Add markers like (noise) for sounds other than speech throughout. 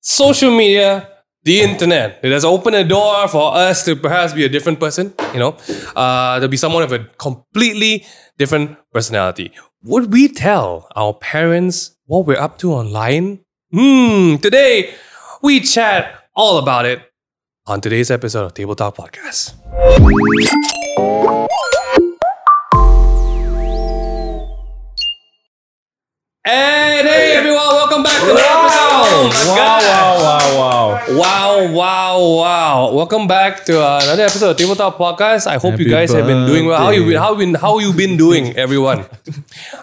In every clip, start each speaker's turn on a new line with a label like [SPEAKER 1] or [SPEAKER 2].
[SPEAKER 1] social media, the internet. It has opened a door for us to perhaps be a different person, you know, uh, to be someone of a completely different personality. Would we tell our parents what we're up to online? Hmm, today we chat all about it on today's episode of Table Talk Podcast. And hey everyone, welcome back to the episode.
[SPEAKER 2] Wow, wow, wow, wow.
[SPEAKER 1] Wow, wow, wow. Welcome back to uh, another episode of Table Talk Podcast. I hope you
[SPEAKER 2] Happy
[SPEAKER 1] guys have been doing well. How you been
[SPEAKER 2] birthday.
[SPEAKER 1] how been how you been doing, everyone?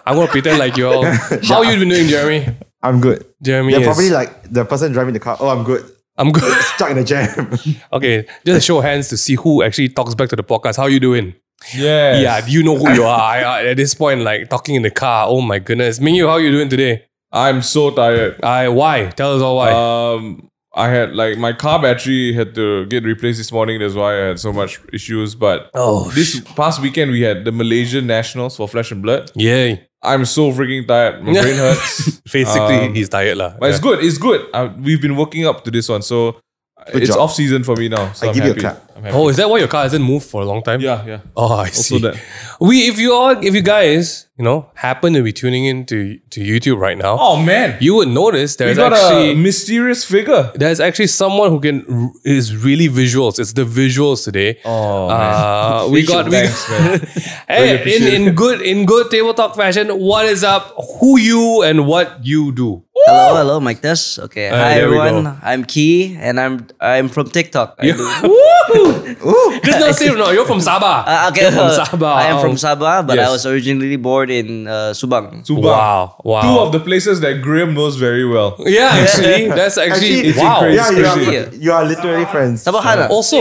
[SPEAKER 1] I'm gonna pretend like you
[SPEAKER 2] (laughs)
[SPEAKER 1] all how you been doing, Jeremy?
[SPEAKER 2] I'm good.
[SPEAKER 1] Jeremy
[SPEAKER 2] They're
[SPEAKER 1] is-
[SPEAKER 2] probably like the person driving the car. Oh, I'm good.
[SPEAKER 1] I'm good.
[SPEAKER 2] Stuck in a jam.
[SPEAKER 1] Okay, just a show of hands to see who actually talks back to the podcast. How you doing?
[SPEAKER 3] Yes.
[SPEAKER 1] Yeah, do you know who you are? I, I- at this point, like talking in the car. Oh my goodness, Mingyu, how you doing today?
[SPEAKER 3] I'm so tired.
[SPEAKER 1] I why? Tell us all why.
[SPEAKER 3] Um, I had like my car battery had to get replaced this morning. That's why I had so much issues. But
[SPEAKER 1] oh,
[SPEAKER 3] this past weekend we had the Malaysian Nationals for Flesh and Blood.
[SPEAKER 1] yay!
[SPEAKER 3] I'm so freaking tired.
[SPEAKER 2] (laughs)
[SPEAKER 3] My brain hurts.
[SPEAKER 1] (laughs) Basically,
[SPEAKER 3] Um,
[SPEAKER 1] he's tired lah.
[SPEAKER 3] But it's good. It's good. I, we've been working up to this one, so uh, it's
[SPEAKER 2] job.
[SPEAKER 3] off season for me now. So
[SPEAKER 2] I
[SPEAKER 3] am
[SPEAKER 2] give you a
[SPEAKER 3] happy.
[SPEAKER 2] clap.
[SPEAKER 3] I'm happy.
[SPEAKER 1] Oh, is that why your car hasn't moved for a long time?
[SPEAKER 3] Yeah, yeah.
[SPEAKER 1] Oh, I see.
[SPEAKER 3] that.
[SPEAKER 1] We, if you all, if you guys, you know, happen to be tuning in to, to YouTube right now,
[SPEAKER 3] Oh man,
[SPEAKER 1] you would notice
[SPEAKER 3] we
[SPEAKER 1] there's
[SPEAKER 3] got a
[SPEAKER 1] actually
[SPEAKER 3] mysterious figure.
[SPEAKER 1] there's actually someone who can r- is really visuals. It's the visuals today.
[SPEAKER 3] Oh, (laughs)
[SPEAKER 1] Uh, we got we
[SPEAKER 3] Thanks,
[SPEAKER 1] (laughs)
[SPEAKER 3] man. Really
[SPEAKER 1] hey,
[SPEAKER 3] appreciate
[SPEAKER 1] in, in good in good table talk fashion. What is up? Who you and what you do?
[SPEAKER 4] Hello, hello, mic test. Okay, hi
[SPEAKER 1] there we go.
[SPEAKER 4] everyone. I'm Key, and I'm I'm from TikTok. I
[SPEAKER 1] (laughs)
[SPEAKER 4] do-
[SPEAKER 1] Woo! Just not say no. You're from Sabah.
[SPEAKER 4] Uh, okay,
[SPEAKER 1] You're from
[SPEAKER 4] uh,
[SPEAKER 1] Sabah.
[SPEAKER 4] I am from Sabah, but I
[SPEAKER 1] Yes.
[SPEAKER 4] was originally born in uh, Subang.
[SPEAKER 3] Subang.
[SPEAKER 1] Wow! Wow!
[SPEAKER 3] Two of the places that Graham knows very well.
[SPEAKER 1] yeah, actually, that's actually,
[SPEAKER 2] Actually, it's
[SPEAKER 1] wow.
[SPEAKER 3] incredible.
[SPEAKER 2] yeah,
[SPEAKER 3] it's
[SPEAKER 2] you are,
[SPEAKER 4] crazy.
[SPEAKER 2] you are literally friends.
[SPEAKER 4] Sabahana.
[SPEAKER 1] Also,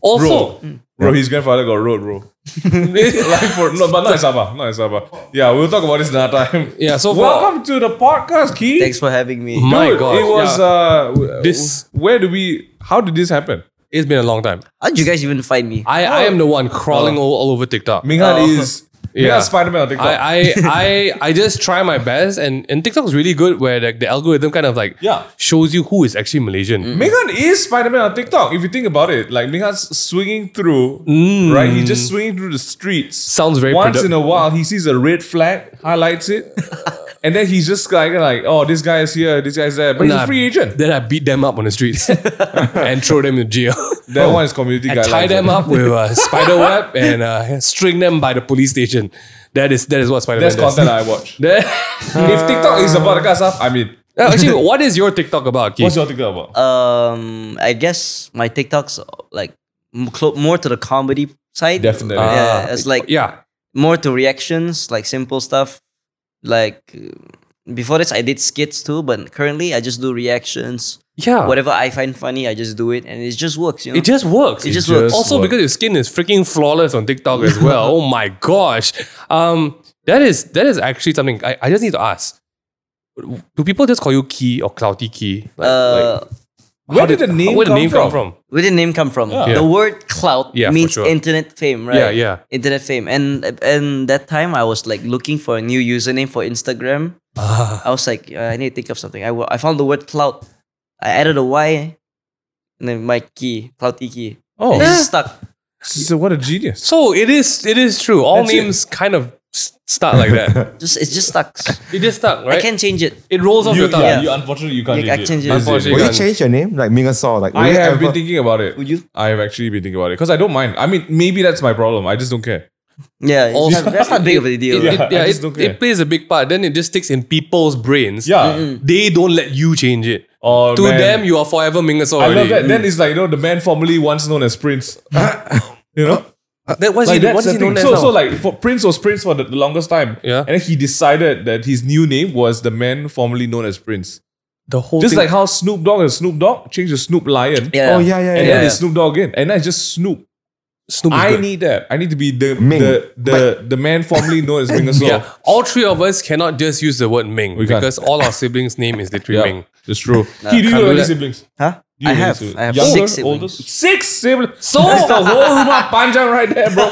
[SPEAKER 1] also,
[SPEAKER 3] Bro, his grandfather got road, bro. Like for, no, but not in Sabah. Not in Sabah. Yeah, we'll talk about this another time.
[SPEAKER 1] (laughs) (laughs) Yeah, so for-
[SPEAKER 3] welcome to the podcast, Key.
[SPEAKER 4] Thanks for having me.
[SPEAKER 1] My-
[SPEAKER 3] Dude,
[SPEAKER 1] God.
[SPEAKER 3] It was
[SPEAKER 1] Yeah.
[SPEAKER 3] uh, w-
[SPEAKER 1] This-
[SPEAKER 3] Where do we? How did this happen?
[SPEAKER 1] it's been a long time.
[SPEAKER 4] How did you guys even find me?
[SPEAKER 1] I, I am the one crawling all, all over TikTok.
[SPEAKER 3] Minghan
[SPEAKER 4] Oh.
[SPEAKER 1] Uh,
[SPEAKER 3] is
[SPEAKER 1] (laughs) Yeah.
[SPEAKER 3] yeah Spider Man on TikTok.
[SPEAKER 1] I,
[SPEAKER 3] (laughs)
[SPEAKER 1] I I I just try my best, and and TikTok is really good where like the algorithm kind of like
[SPEAKER 3] Yeah. Mm.
[SPEAKER 1] shows you who is actually Malaysian.
[SPEAKER 3] Minghan is Spider Man on TikTok. If you think about it, like Minghan's swinging through, right? He's just swinging through the streets.
[SPEAKER 1] Mm. Sounds very
[SPEAKER 3] Once
[SPEAKER 1] produc-
[SPEAKER 3] in a while, he sees a red flag, highlights
[SPEAKER 1] (laughs)
[SPEAKER 3] it, and then he's just like, like, oh, this guy is here, this guy's there, but
[SPEAKER 1] Then I-
[SPEAKER 3] he's a free agent.
[SPEAKER 1] (laughs) Then I beat them up on the
[SPEAKER 3] (laughs)
[SPEAKER 1] streets and throw them in jail.
[SPEAKER 3] That one is community
[SPEAKER 1] I
[SPEAKER 3] guidelines.
[SPEAKER 1] tie them up with a spider web and uh, string them by the police station. That is that is what Spider Man
[SPEAKER 3] That's
[SPEAKER 1] does.
[SPEAKER 3] content I watch.
[SPEAKER 1] (laughs) That- (laughs)
[SPEAKER 3] if TikTok is about the kind of stuff, I mean,
[SPEAKER 1] actually, what is your TikTok about? Keith?
[SPEAKER 3] what's your TikTok
[SPEAKER 4] Uh,
[SPEAKER 3] about?
[SPEAKER 4] um, I guess my TikToks like m- clo- more to the comedy side.
[SPEAKER 3] Definitely.
[SPEAKER 4] Yeah, it's like
[SPEAKER 1] Ah. yeah.
[SPEAKER 4] more to reactions, like simple stuff. Like before this, I did skits too, but currently I just do reactions.
[SPEAKER 1] Yeah.
[SPEAKER 4] whatever I find funny, I just do it, and it just works. You know,
[SPEAKER 1] It just works.
[SPEAKER 4] It just It works. just
[SPEAKER 1] Also,
[SPEAKER 3] works.
[SPEAKER 1] because your skin is freaking flawless on TikTok as well.
[SPEAKER 3] (laughs)
[SPEAKER 1] oh my gosh. Um, that is that is actually something I, I just need to ask. Do people just call you Key or Clouty Key? Like,
[SPEAKER 4] uh,
[SPEAKER 1] like,
[SPEAKER 3] where
[SPEAKER 1] how
[SPEAKER 3] did the name
[SPEAKER 1] where did the
[SPEAKER 3] come
[SPEAKER 1] name come from?
[SPEAKER 4] where did the name come from?
[SPEAKER 3] Yeah.
[SPEAKER 4] The word clout
[SPEAKER 1] Yeah, for
[SPEAKER 4] means
[SPEAKER 1] sure.
[SPEAKER 4] internet fame, right?
[SPEAKER 1] Yeah, yeah.
[SPEAKER 4] Internet fame, and and that time I was like looking for a new username for Instagram. I was like, uh, I need to think of something. I wa- I found the word clout. I added a Y, and then my key, clouty key.
[SPEAKER 1] Oh.
[SPEAKER 4] It just stuck.
[SPEAKER 3] So what a genius.
[SPEAKER 1] So it is it is true. All
[SPEAKER 3] That's it.
[SPEAKER 1] names kind of s- start like that.
[SPEAKER 3] (laughs)
[SPEAKER 4] Just it just stuck.
[SPEAKER 1] it just stuck,
[SPEAKER 4] I
[SPEAKER 1] right?
[SPEAKER 4] can change it.
[SPEAKER 1] it rolls off
[SPEAKER 3] You,
[SPEAKER 1] your tongue.
[SPEAKER 3] yeah,
[SPEAKER 4] Yeah.
[SPEAKER 3] you unfortunately you can't
[SPEAKER 4] You
[SPEAKER 3] change
[SPEAKER 4] can't change it.
[SPEAKER 3] That's the
[SPEAKER 1] Unfortunately.
[SPEAKER 3] issue.
[SPEAKER 2] Will you change your name? Like Ming Saw. Like, will
[SPEAKER 3] I
[SPEAKER 2] you
[SPEAKER 3] have been
[SPEAKER 2] ever-
[SPEAKER 3] thinking about it.
[SPEAKER 4] Would you?
[SPEAKER 3] I have actually been thinking about it because I don't mind. I mean, maybe that's my problem. I just don't care.
[SPEAKER 4] Yeah, it's
[SPEAKER 1] Also-
[SPEAKER 4] not- that's not big of a deal.
[SPEAKER 1] It, it-
[SPEAKER 3] Yeah, I
[SPEAKER 1] yeah,
[SPEAKER 3] just
[SPEAKER 1] it-
[SPEAKER 3] don't
[SPEAKER 1] it
[SPEAKER 3] care.
[SPEAKER 1] plays a big part. Then it just sticks in people's brains.
[SPEAKER 3] Yeah.
[SPEAKER 1] They don't let you change it.
[SPEAKER 3] Oh,
[SPEAKER 1] to
[SPEAKER 3] man.
[SPEAKER 1] them, you are forever Mingus
[SPEAKER 3] I
[SPEAKER 1] already.
[SPEAKER 3] love that. Then it's like, you know, the man formerly once known as Prince. (laughs) you know?
[SPEAKER 1] That was
[SPEAKER 3] Like
[SPEAKER 1] he, what
[SPEAKER 3] that's
[SPEAKER 1] is
[SPEAKER 3] the
[SPEAKER 1] he known
[SPEAKER 3] thing.
[SPEAKER 1] as
[SPEAKER 3] So,
[SPEAKER 1] now?
[SPEAKER 3] so like for Prince was Prince for the, the longest time.
[SPEAKER 1] Yeah.
[SPEAKER 3] And then he decided that his new name was the man formerly known as Prince.
[SPEAKER 1] the whole
[SPEAKER 3] Just
[SPEAKER 1] thing.
[SPEAKER 3] like how Snoop Dogg is Snoop Dogg changed to Snoop Lion.
[SPEAKER 4] Yeah.
[SPEAKER 2] Oh, yeah, yeah,
[SPEAKER 3] And
[SPEAKER 2] yeah.
[SPEAKER 3] then
[SPEAKER 4] yeah.
[SPEAKER 3] it's Snoop Dogg again. And then it's just Snoop.
[SPEAKER 1] Snoop is
[SPEAKER 3] I
[SPEAKER 1] good.
[SPEAKER 3] need that. I need to be the
[SPEAKER 2] Ming.
[SPEAKER 3] the the, the man formerly known as
[SPEAKER 4] (laughs)
[SPEAKER 3] Mingus Law.
[SPEAKER 1] yeah, all three of us cannot just use the word Ming
[SPEAKER 3] can't.
[SPEAKER 1] because all our siblings' name is literally
[SPEAKER 3] Yeah,
[SPEAKER 1] Ming.
[SPEAKER 3] that's true.
[SPEAKER 1] can't
[SPEAKER 3] He do you
[SPEAKER 1] do
[SPEAKER 3] have any
[SPEAKER 1] that.
[SPEAKER 3] siblings?
[SPEAKER 4] Huh?
[SPEAKER 3] Do
[SPEAKER 4] I
[SPEAKER 3] you any
[SPEAKER 4] have.
[SPEAKER 3] siblings?
[SPEAKER 4] I have
[SPEAKER 3] Younger,
[SPEAKER 4] six siblings.
[SPEAKER 3] oldest? Six siblings. So that's the
[SPEAKER 4] (laughs)
[SPEAKER 3] whole rumah panjang right there, bro.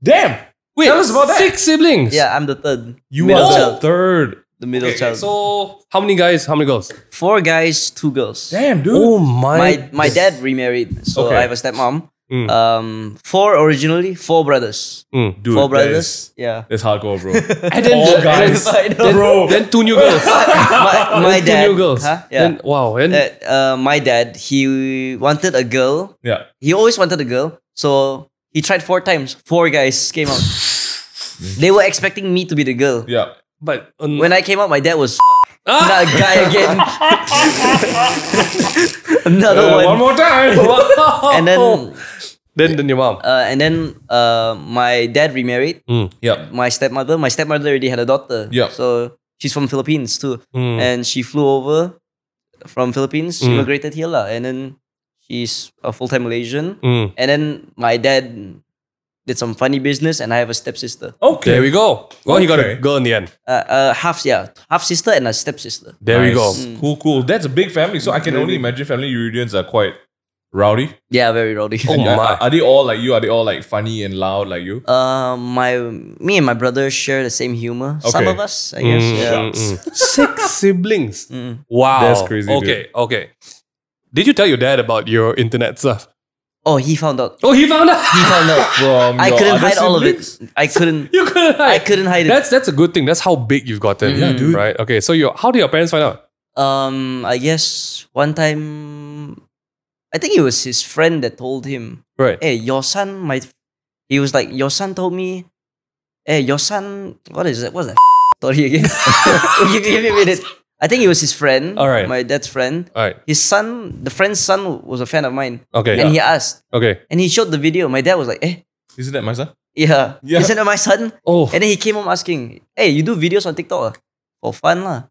[SPEAKER 3] Damn.
[SPEAKER 1] Wait,
[SPEAKER 3] Tell us about that.
[SPEAKER 1] six siblings.
[SPEAKER 4] Yeah, I'm the third.
[SPEAKER 3] You
[SPEAKER 4] middle
[SPEAKER 3] are
[SPEAKER 4] child.
[SPEAKER 3] the third.
[SPEAKER 4] the middle
[SPEAKER 1] Okay,
[SPEAKER 4] child.
[SPEAKER 1] so how many guys? How many girls?
[SPEAKER 4] Four guys, two girls.
[SPEAKER 3] Damn, dude.
[SPEAKER 1] Oh my!
[SPEAKER 4] My my dad remarried, so
[SPEAKER 3] Okay.
[SPEAKER 4] I have a stepmom.
[SPEAKER 1] Mm.
[SPEAKER 4] Um, four originally, four brothers,
[SPEAKER 1] Mm.
[SPEAKER 3] Dude,
[SPEAKER 4] four
[SPEAKER 3] that is-
[SPEAKER 4] brothers. Yeah,
[SPEAKER 1] (laughs)
[SPEAKER 3] That's hardcore,
[SPEAKER 4] (laughs)
[SPEAKER 3] bro.
[SPEAKER 1] (laughs) And then,
[SPEAKER 3] All
[SPEAKER 1] the-
[SPEAKER 3] guys.
[SPEAKER 1] then-
[SPEAKER 4] I know.
[SPEAKER 1] Then, then two new
[SPEAKER 4] (laughs)
[SPEAKER 1] girls.
[SPEAKER 4] my, my
[SPEAKER 1] Then
[SPEAKER 4] dad.
[SPEAKER 1] Two new girls.
[SPEAKER 4] Huh? Yeah.
[SPEAKER 1] Then, wow. Then,
[SPEAKER 4] that uh, my dad he wanted a girl.
[SPEAKER 3] yeah.
[SPEAKER 4] He always wanted a girl, so he tried four times. Four guys came out. they were expecting me to be the girl.
[SPEAKER 3] Yeah.
[SPEAKER 1] but um, (laughs)
[SPEAKER 4] When I came out, my dad was not a guy again. (laughs) Another
[SPEAKER 3] Uh,
[SPEAKER 4] one.
[SPEAKER 3] one more
[SPEAKER 4] (laughs)
[SPEAKER 3] time.
[SPEAKER 1] wow.
[SPEAKER 4] And then,
[SPEAKER 1] then, then your mom.
[SPEAKER 4] uh, and then uh, my dad remarried
[SPEAKER 1] Mm.
[SPEAKER 3] yeah.
[SPEAKER 4] my stepmother. My stepmother already had a daughter.
[SPEAKER 3] Yeah.
[SPEAKER 4] So she's from Philippines too,
[SPEAKER 3] Hmm.
[SPEAKER 1] Mm.
[SPEAKER 4] and she flew over from Philippines, she
[SPEAKER 1] Mm.
[SPEAKER 4] immigrated here lah. And then she's a full time Malaysian.
[SPEAKER 3] Hmm.
[SPEAKER 1] Mm.
[SPEAKER 4] And then my dad did some funny business, and I have a stepsister.
[SPEAKER 3] Okay.
[SPEAKER 1] There we go. Well, he got a
[SPEAKER 3] Okay.
[SPEAKER 1] girl in the end.
[SPEAKER 4] Uh, uh, half yeah, half sister and a stepsister.
[SPEAKER 1] There we go.
[SPEAKER 3] Nice. Cool, cool. That's a big family. So I can only imagine family reunions are quite rowdy.
[SPEAKER 4] Yeah, very rowdy.
[SPEAKER 1] Oh
[SPEAKER 3] Yeah,
[SPEAKER 1] my.
[SPEAKER 3] Are, are they all like you? Are they all like funny and loud like you?
[SPEAKER 4] (laughs) Uh, my me and my brother share the same humor. Some
[SPEAKER 3] Okay. Hmm.
[SPEAKER 4] of us, I guess.
[SPEAKER 1] Mm,
[SPEAKER 4] yeah.
[SPEAKER 1] mm, mm. Six siblings.
[SPEAKER 4] Mm.
[SPEAKER 1] Wow.
[SPEAKER 3] That's crazy, dude.
[SPEAKER 1] Okay. Okay. Did you tell your dad about your internet stuff?
[SPEAKER 4] Oh, he found out.
[SPEAKER 1] Oh, he found out. (laughs)
[SPEAKER 3] He found (laughs) out from
[SPEAKER 4] I
[SPEAKER 3] your
[SPEAKER 4] couldn't
[SPEAKER 3] other
[SPEAKER 4] hide all of
[SPEAKER 3] siblings?
[SPEAKER 4] it. I
[SPEAKER 3] (laughs)
[SPEAKER 4] couldn't.
[SPEAKER 1] You couldn't hide.
[SPEAKER 4] I couldn't Mm-hmm. hide it.
[SPEAKER 1] That's that's a good thing. That's how big you've gotten.
[SPEAKER 3] Yeah, dude.
[SPEAKER 1] Right. Okay. So your how did your parents find out?
[SPEAKER 4] Um, I guess one time, I think it was his friend that told him,
[SPEAKER 1] Right.
[SPEAKER 4] "Hey, your son might." He was like, "Your son told me, hey, your son. What is it? What's that (laughs) story again? give, me- give me a minute." I think it was his friend.
[SPEAKER 1] All right.
[SPEAKER 4] my dad's friend.
[SPEAKER 1] All right.
[SPEAKER 4] His son, the friend's son, was a fan of mine,
[SPEAKER 1] Okay.
[SPEAKER 4] and he asked,
[SPEAKER 1] okay.
[SPEAKER 4] and he showed the video. My dad was like, "Eh,
[SPEAKER 3] Isn't that my son?
[SPEAKER 4] Yeah.
[SPEAKER 3] Yeah.
[SPEAKER 4] Isn't that my son?
[SPEAKER 1] Oh.
[SPEAKER 4] And then he came home asking, Hey, you do videos on TikTok? ah? For fun lah.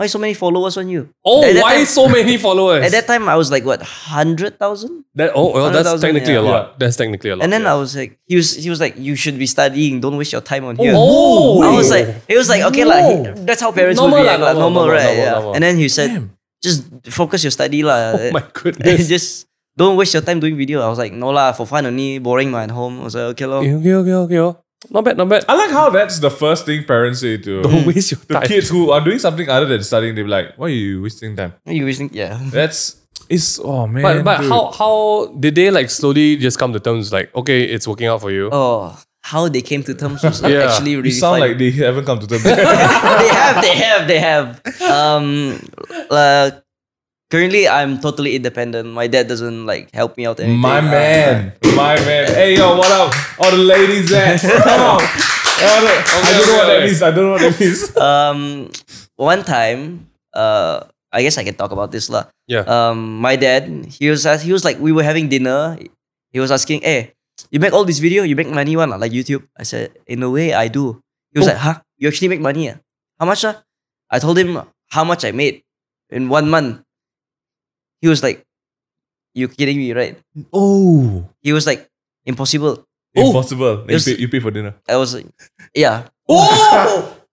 [SPEAKER 4] Why so many followers on you?
[SPEAKER 1] Oh,
[SPEAKER 4] At that
[SPEAKER 1] why
[SPEAKER 4] time-
[SPEAKER 1] so many followers?
[SPEAKER 4] At that time I was like what, hundred thousand?
[SPEAKER 1] That- oh well, that's
[SPEAKER 4] 100,000,
[SPEAKER 1] technically a
[SPEAKER 4] yeah.
[SPEAKER 1] lot. That's technically a lot.
[SPEAKER 4] And then
[SPEAKER 1] yeah.
[SPEAKER 4] I was like he was he was like, You should be studying, don't waste your time on here.
[SPEAKER 1] Oh,
[SPEAKER 4] I was like he was like, okay, lah. he- that's how parents
[SPEAKER 1] Normal lah,
[SPEAKER 4] would react, lah,
[SPEAKER 1] normal,
[SPEAKER 4] normal,
[SPEAKER 1] normal, normal,
[SPEAKER 4] right? yeah.
[SPEAKER 1] normal.
[SPEAKER 4] And then he said, just focus your study, lah.
[SPEAKER 1] oh my
[SPEAKER 4] (laughs) And
[SPEAKER 1] goodness.
[SPEAKER 4] just don't waste your time doing video. I was like, no lah, for fun only, boring man at home. I was like, okay, lor.
[SPEAKER 1] okay, okay, okay, okay. oh. Not bad, not bad.
[SPEAKER 3] I like how that's the first thing parents say to
[SPEAKER 1] Don't (laughs) waste your
[SPEAKER 3] Mm. the
[SPEAKER 1] time.
[SPEAKER 3] kids who are doing something other than studying. They be like, "Why are you wasting time?"
[SPEAKER 4] You wasting yeah.
[SPEAKER 3] That's it's oh man.
[SPEAKER 1] But but
[SPEAKER 3] dude.
[SPEAKER 1] how how did they like slowly just come to terms like okay it's working out for you?
[SPEAKER 4] Oh, how they came to terms was
[SPEAKER 1] (laughs) Yeah.
[SPEAKER 4] actually really
[SPEAKER 3] you sound
[SPEAKER 4] fun.
[SPEAKER 3] like they haven't come to
[SPEAKER 4] (laughs)
[SPEAKER 3] terms. yeah,
[SPEAKER 4] they have, they have, they have. Um, uh, currently I'm totally independent. My dad doesn't like help me out anything.
[SPEAKER 3] my
[SPEAKER 4] Uh,
[SPEAKER 3] man, my man. Hey yo, what up? All the ladies at come on. All the- I don't know what that
[SPEAKER 1] okay.
[SPEAKER 3] means. I don't know what that means.
[SPEAKER 4] (laughs) Um, one time, uh, I guess I can talk about this lah.
[SPEAKER 1] Yeah.
[SPEAKER 4] Um, my dad, he was ask- he was like we were having dinner. He was asking, "Hey, you make all this video? You make money one ah, like YouTube?" I said, "In a way, I do." He
[SPEAKER 1] Oh.
[SPEAKER 4] was like, "Huh? You actually make money? ah? How much?" ah?" I told him how much I made in one month. He was like, "You kidding me, right?"
[SPEAKER 1] oh.
[SPEAKER 4] He was like, "Impossible."
[SPEAKER 1] Oh.
[SPEAKER 3] Impossible. You
[SPEAKER 4] It's-
[SPEAKER 3] pay, you pay for dinner.
[SPEAKER 4] I was like, "Yeah."
[SPEAKER 1] Oh.
[SPEAKER 4] (laughs)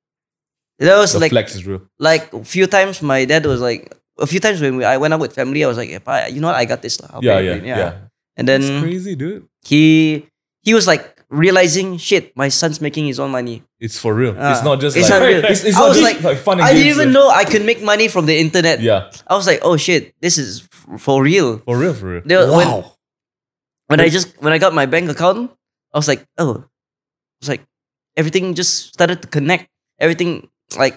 [SPEAKER 4] That was
[SPEAKER 3] The
[SPEAKER 4] like
[SPEAKER 3] flex is real.
[SPEAKER 4] like a few times my dad was like a few times when we, I went out with family, I was like, "Eh, pa, you know what, I got this. lah. I'll
[SPEAKER 3] Yeah,
[SPEAKER 4] pay
[SPEAKER 3] yeah,
[SPEAKER 4] for it."
[SPEAKER 3] yeah.
[SPEAKER 4] And
[SPEAKER 3] That's
[SPEAKER 4] then
[SPEAKER 3] crazy, dude.
[SPEAKER 4] he he was like realizing, shit, my son's making his own money.
[SPEAKER 3] It's for real.
[SPEAKER 4] Ah.
[SPEAKER 3] it's not just
[SPEAKER 4] It's
[SPEAKER 3] like
[SPEAKER 4] not real.
[SPEAKER 3] It's, it's
[SPEAKER 4] I
[SPEAKER 3] not
[SPEAKER 4] was
[SPEAKER 3] just
[SPEAKER 4] like-
[SPEAKER 3] like, fun and
[SPEAKER 4] I
[SPEAKER 3] games,
[SPEAKER 4] didn't even
[SPEAKER 3] eh.
[SPEAKER 4] know I could make money from the internet.
[SPEAKER 3] Yeah,
[SPEAKER 4] I was like, oh shit, this is f- for real.
[SPEAKER 3] for real, for real.
[SPEAKER 4] There- When, when I just when I got my bank account, I was like, oh, it's like everything just started to connect. Everything like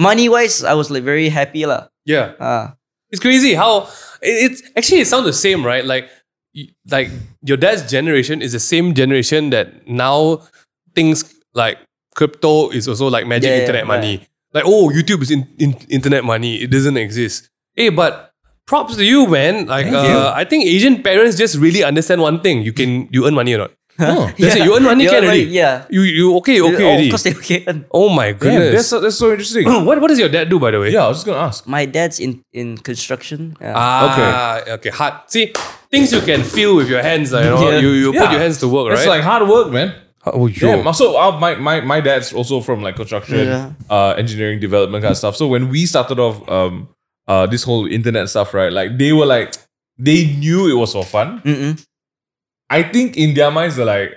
[SPEAKER 4] money wise, I was like very happy lah.
[SPEAKER 1] Yeah.
[SPEAKER 4] Ah.
[SPEAKER 1] It's crazy how it, it's actually it sounds the same, right? Like, y- like your dad's generation is the same generation that now things like crypto is also like magic
[SPEAKER 4] Yeah, yeah,
[SPEAKER 1] internet
[SPEAKER 4] yeah.
[SPEAKER 1] money. Like, oh, YouTube is in, in, internet money. It doesn't exist. Hey, but props to you, man. Like,
[SPEAKER 3] Thank you.
[SPEAKER 1] uh, I think Asian parents just really understand one thing: you can you earn money
[SPEAKER 4] (laughs)
[SPEAKER 1] or not.
[SPEAKER 3] Oh.
[SPEAKER 1] That's it. You earn money,
[SPEAKER 4] You
[SPEAKER 1] can
[SPEAKER 4] earn money,
[SPEAKER 1] already.
[SPEAKER 4] yeah.
[SPEAKER 1] You you okay okay
[SPEAKER 4] oh,
[SPEAKER 1] already.
[SPEAKER 4] of course they can.
[SPEAKER 1] Oh my
[SPEAKER 3] Damn, that's
[SPEAKER 1] goodness.
[SPEAKER 3] so, that's so interesting.
[SPEAKER 1] (clears throat) what what does your dad do by the way?
[SPEAKER 3] (laughs) yeah, I was just gonna ask.
[SPEAKER 4] (laughs) my dad's in in construction. Yeah.
[SPEAKER 1] Ah, okay. Okay, hard. See, things you can feel with your hands, like, you know,
[SPEAKER 4] Yeah.
[SPEAKER 1] you, you put
[SPEAKER 3] Yeah.
[SPEAKER 1] your hands to work,
[SPEAKER 3] It's
[SPEAKER 1] right?
[SPEAKER 3] like hard work, man.
[SPEAKER 1] oh, yo.
[SPEAKER 3] Yeah, so uh, my, my my dad's also from like construction,
[SPEAKER 4] Yeah.
[SPEAKER 3] uh, engineering, development kind of stuff. So when we started off, um, uh, this whole internet stuff, right? Like they were like, they knew it was for fun.
[SPEAKER 1] Ah.
[SPEAKER 4] Mm-mm.
[SPEAKER 3] I think in their minds they're like,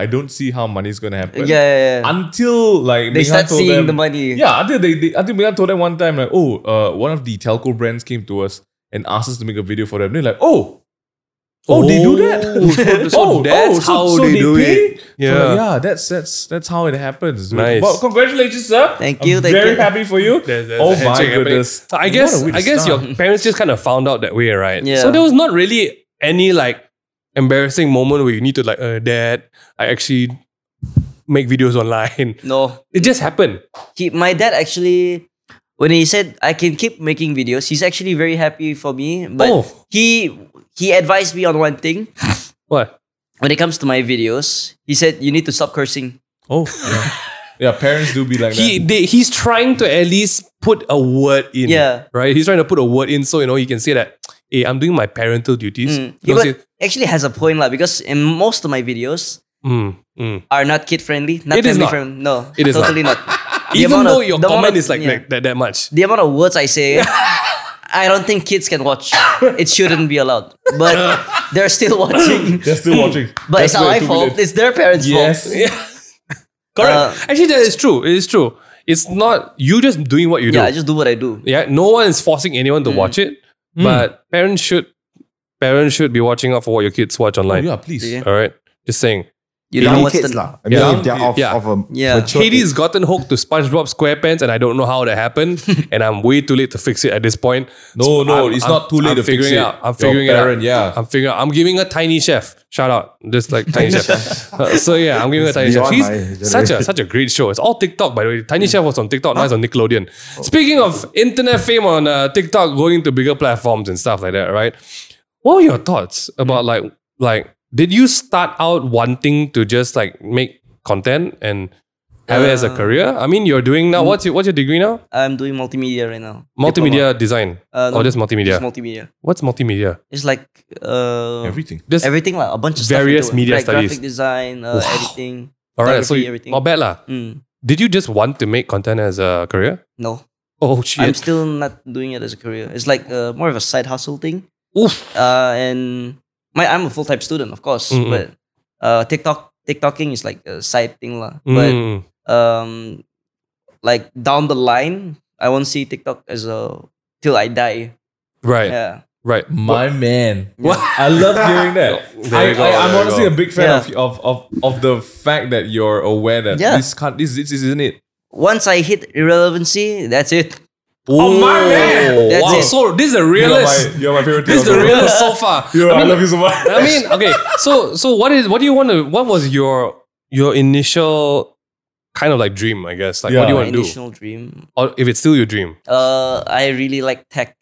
[SPEAKER 3] I don't see how money's gonna happen.
[SPEAKER 4] yeah, yeah, yeah.
[SPEAKER 3] Until like
[SPEAKER 4] They
[SPEAKER 3] Minghan
[SPEAKER 4] start
[SPEAKER 3] told
[SPEAKER 4] seeing
[SPEAKER 3] them-
[SPEAKER 4] the money.
[SPEAKER 3] Yeah, until they, they until Minghan told them one time like, oh, uh, one of the telco brands came to us and asked us to make a video for them. They're like, oh, oh, they
[SPEAKER 1] (laughs)
[SPEAKER 3] do that. (laughs)
[SPEAKER 1] so,
[SPEAKER 3] Oh,
[SPEAKER 1] so that's how they, do it.
[SPEAKER 3] Yeah,
[SPEAKER 1] Yeah.
[SPEAKER 3] yeah, that's that's that's how it happens. dude.
[SPEAKER 1] Nice.
[SPEAKER 3] Well, congratulations, sir.
[SPEAKER 4] Thank you,
[SPEAKER 3] I'm
[SPEAKER 4] thank
[SPEAKER 3] very
[SPEAKER 4] you.
[SPEAKER 3] happy for you.
[SPEAKER 1] There's- there's
[SPEAKER 3] oh
[SPEAKER 1] a
[SPEAKER 3] my
[SPEAKER 1] handshake happening.
[SPEAKER 3] goodness.
[SPEAKER 1] So I guess
[SPEAKER 3] What a way
[SPEAKER 1] I
[SPEAKER 3] to
[SPEAKER 1] guess
[SPEAKER 3] start.
[SPEAKER 1] your parents just kind of found out that way, right?
[SPEAKER 4] Yeah.
[SPEAKER 1] So there was not really any like embarrassing moment where you need to like, uh, Dad, I actually make videos online.
[SPEAKER 4] No,
[SPEAKER 1] It just happened.
[SPEAKER 4] he, my dad actually, when he said I can keep making videos, he's actually very happy for me. But
[SPEAKER 1] Oh.
[SPEAKER 4] he he advised me on one thing.
[SPEAKER 1] What?
[SPEAKER 4] When it comes to my videos, he said you need to stop cursing.
[SPEAKER 3] Oh, yeah. yeah, parents do be like
[SPEAKER 1] He
[SPEAKER 3] that.
[SPEAKER 1] they, he's trying to at least put a word in.
[SPEAKER 4] Yeah.
[SPEAKER 1] Right? He's trying to put a word in so you know he can say that, hey, I'm doing my parental duties.
[SPEAKER 4] Mm. He
[SPEAKER 1] Don't say-
[SPEAKER 4] but actually has a point lah because in most of my videos
[SPEAKER 1] Mm, mm.
[SPEAKER 4] are not kid friendly, not
[SPEAKER 1] It is
[SPEAKER 4] family
[SPEAKER 1] not.
[SPEAKER 4] friendly. No,
[SPEAKER 1] It is not.
[SPEAKER 4] totally not.
[SPEAKER 1] (laughs)
[SPEAKER 4] The
[SPEAKER 1] Even
[SPEAKER 4] amount of-
[SPEAKER 1] though your
[SPEAKER 4] the amount
[SPEAKER 1] comment
[SPEAKER 4] of-
[SPEAKER 1] is like,
[SPEAKER 4] yeah.
[SPEAKER 1] like that, that much. (laughs)
[SPEAKER 4] the amount of words I say, I don't think kids can watch. It shouldn't be allowed.
[SPEAKER 1] (laughs)
[SPEAKER 4] But they're still watching.
[SPEAKER 3] They're still watching.
[SPEAKER 4] (clears throat) But
[SPEAKER 3] That's
[SPEAKER 4] it's not
[SPEAKER 3] where
[SPEAKER 4] my
[SPEAKER 3] it took
[SPEAKER 4] fault.
[SPEAKER 3] me
[SPEAKER 4] It's their parents'
[SPEAKER 3] to- Yes.
[SPEAKER 4] fault.
[SPEAKER 1] Correct.
[SPEAKER 4] Uh,
[SPEAKER 1] Actually, that is true. It is true. It's not you just doing what you
[SPEAKER 4] Yeah,
[SPEAKER 1] do.
[SPEAKER 4] I just Mm. do what I do.
[SPEAKER 1] yeah, no one is forcing anyone to watch it, but parents should parents should be watching out for what your kids watch
[SPEAKER 3] Oh,
[SPEAKER 1] online.
[SPEAKER 3] yeah, please.
[SPEAKER 4] Yeah.
[SPEAKER 1] All right, just saying.
[SPEAKER 4] You
[SPEAKER 2] Young
[SPEAKER 4] know what's
[SPEAKER 2] kids
[SPEAKER 4] the
[SPEAKER 2] lah. I mean,
[SPEAKER 1] Yeah.
[SPEAKER 2] if they're off
[SPEAKER 1] Yeah.
[SPEAKER 2] of a
[SPEAKER 4] Yeah.
[SPEAKER 2] mature
[SPEAKER 1] Katie's
[SPEAKER 2] age.
[SPEAKER 1] gotten hooked to SpongeBob SquarePants, and I don't know how that
[SPEAKER 3] (laughs)
[SPEAKER 1] happened, and I'm way too late to fix it at this point.
[SPEAKER 3] No, no,
[SPEAKER 1] I'm-
[SPEAKER 3] it's
[SPEAKER 1] I'm-
[SPEAKER 3] not too late
[SPEAKER 1] I'm
[SPEAKER 3] to
[SPEAKER 1] figuring
[SPEAKER 3] fix it.
[SPEAKER 1] out. I'm
[SPEAKER 3] Your
[SPEAKER 1] figuring
[SPEAKER 3] parent,
[SPEAKER 1] it out.
[SPEAKER 3] yeah.
[SPEAKER 1] I'm figuring. Out. I'm giving a tiny chef shout out. Just like tiny chef. Uh, so yeah, I'm giving a tiny chef.
[SPEAKER 2] beyond
[SPEAKER 1] He's
[SPEAKER 2] my
[SPEAKER 1] such a
[SPEAKER 2] generation.
[SPEAKER 1] such a great show. It's all TikTok by the way. Tiny chef was on TikTok. Now it's on Nickelodeon. Speaking of internet fame on uh, TikTok, going to bigger platforms and stuff like that, right? What were your thoughts about like like did you start out wanting to just like make content and have it as a
[SPEAKER 4] Uh,
[SPEAKER 1] career? I mean, you're doing now. What's your what's your degree now?
[SPEAKER 4] I'm doing multimedia right now.
[SPEAKER 1] Multimedia design
[SPEAKER 4] Uh, no,
[SPEAKER 1] or just multimedia?
[SPEAKER 4] It's multimedia.
[SPEAKER 1] what's multimedia?
[SPEAKER 4] It's like uh,
[SPEAKER 3] Everything.
[SPEAKER 1] Just
[SPEAKER 4] everything like a bunch of
[SPEAKER 1] Various
[SPEAKER 4] stuff. we
[SPEAKER 1] media
[SPEAKER 4] do. like
[SPEAKER 1] studies.
[SPEAKER 4] graphic design, uh, editing.
[SPEAKER 1] all right. So
[SPEAKER 4] photography,
[SPEAKER 1] you-
[SPEAKER 4] everything.
[SPEAKER 1] not bad lah.
[SPEAKER 4] Mm,
[SPEAKER 1] Did you just want to make content as a career?
[SPEAKER 4] no,
[SPEAKER 1] Oh
[SPEAKER 4] I'm
[SPEAKER 1] shit!
[SPEAKER 4] still not doing it as a career. It's like uh, more of a side hustle thing.
[SPEAKER 1] Oof.
[SPEAKER 4] uh, and my I'm a full time student, of course,
[SPEAKER 1] Mm-mm.
[SPEAKER 4] but uh, TikTok TikToking is like a side thing lah.
[SPEAKER 1] Mm.
[SPEAKER 4] But um, like down the line, I won't see TikTok as a till I die.
[SPEAKER 1] right,
[SPEAKER 4] Yeah,
[SPEAKER 1] right.
[SPEAKER 3] My man.
[SPEAKER 1] (laughs) What?
[SPEAKER 3] I love hearing that.
[SPEAKER 1] There
[SPEAKER 3] I,
[SPEAKER 1] you go,
[SPEAKER 3] I, I'm
[SPEAKER 1] there you
[SPEAKER 3] honestly
[SPEAKER 1] go.
[SPEAKER 3] a big fan
[SPEAKER 4] Yeah.
[SPEAKER 3] of, of, of, of the fact that you're aware that
[SPEAKER 4] Yeah.
[SPEAKER 3] this can't, this, this isn't it.
[SPEAKER 4] once I hit irrelevancy, that's it.
[SPEAKER 1] Oh
[SPEAKER 3] my man!
[SPEAKER 4] That's
[SPEAKER 1] wow!
[SPEAKER 4] it.
[SPEAKER 1] So this is the
[SPEAKER 3] You're
[SPEAKER 1] realist.
[SPEAKER 3] my, you're my favorite
[SPEAKER 1] This is
[SPEAKER 3] thing
[SPEAKER 1] the
[SPEAKER 3] ever. (laughs)
[SPEAKER 1] realist so far.
[SPEAKER 3] You're-
[SPEAKER 1] I
[SPEAKER 3] I
[SPEAKER 1] mean-
[SPEAKER 3] love you so much.
[SPEAKER 1] I mean, okay. So so what is what do you want to? What was your your initial kind of like dream? I guess like what do you
[SPEAKER 3] Yeah.
[SPEAKER 1] want
[SPEAKER 4] My
[SPEAKER 1] to do?
[SPEAKER 4] Uh, initial dream.
[SPEAKER 1] Or if it's still your dream,
[SPEAKER 4] Uh, I really like tech.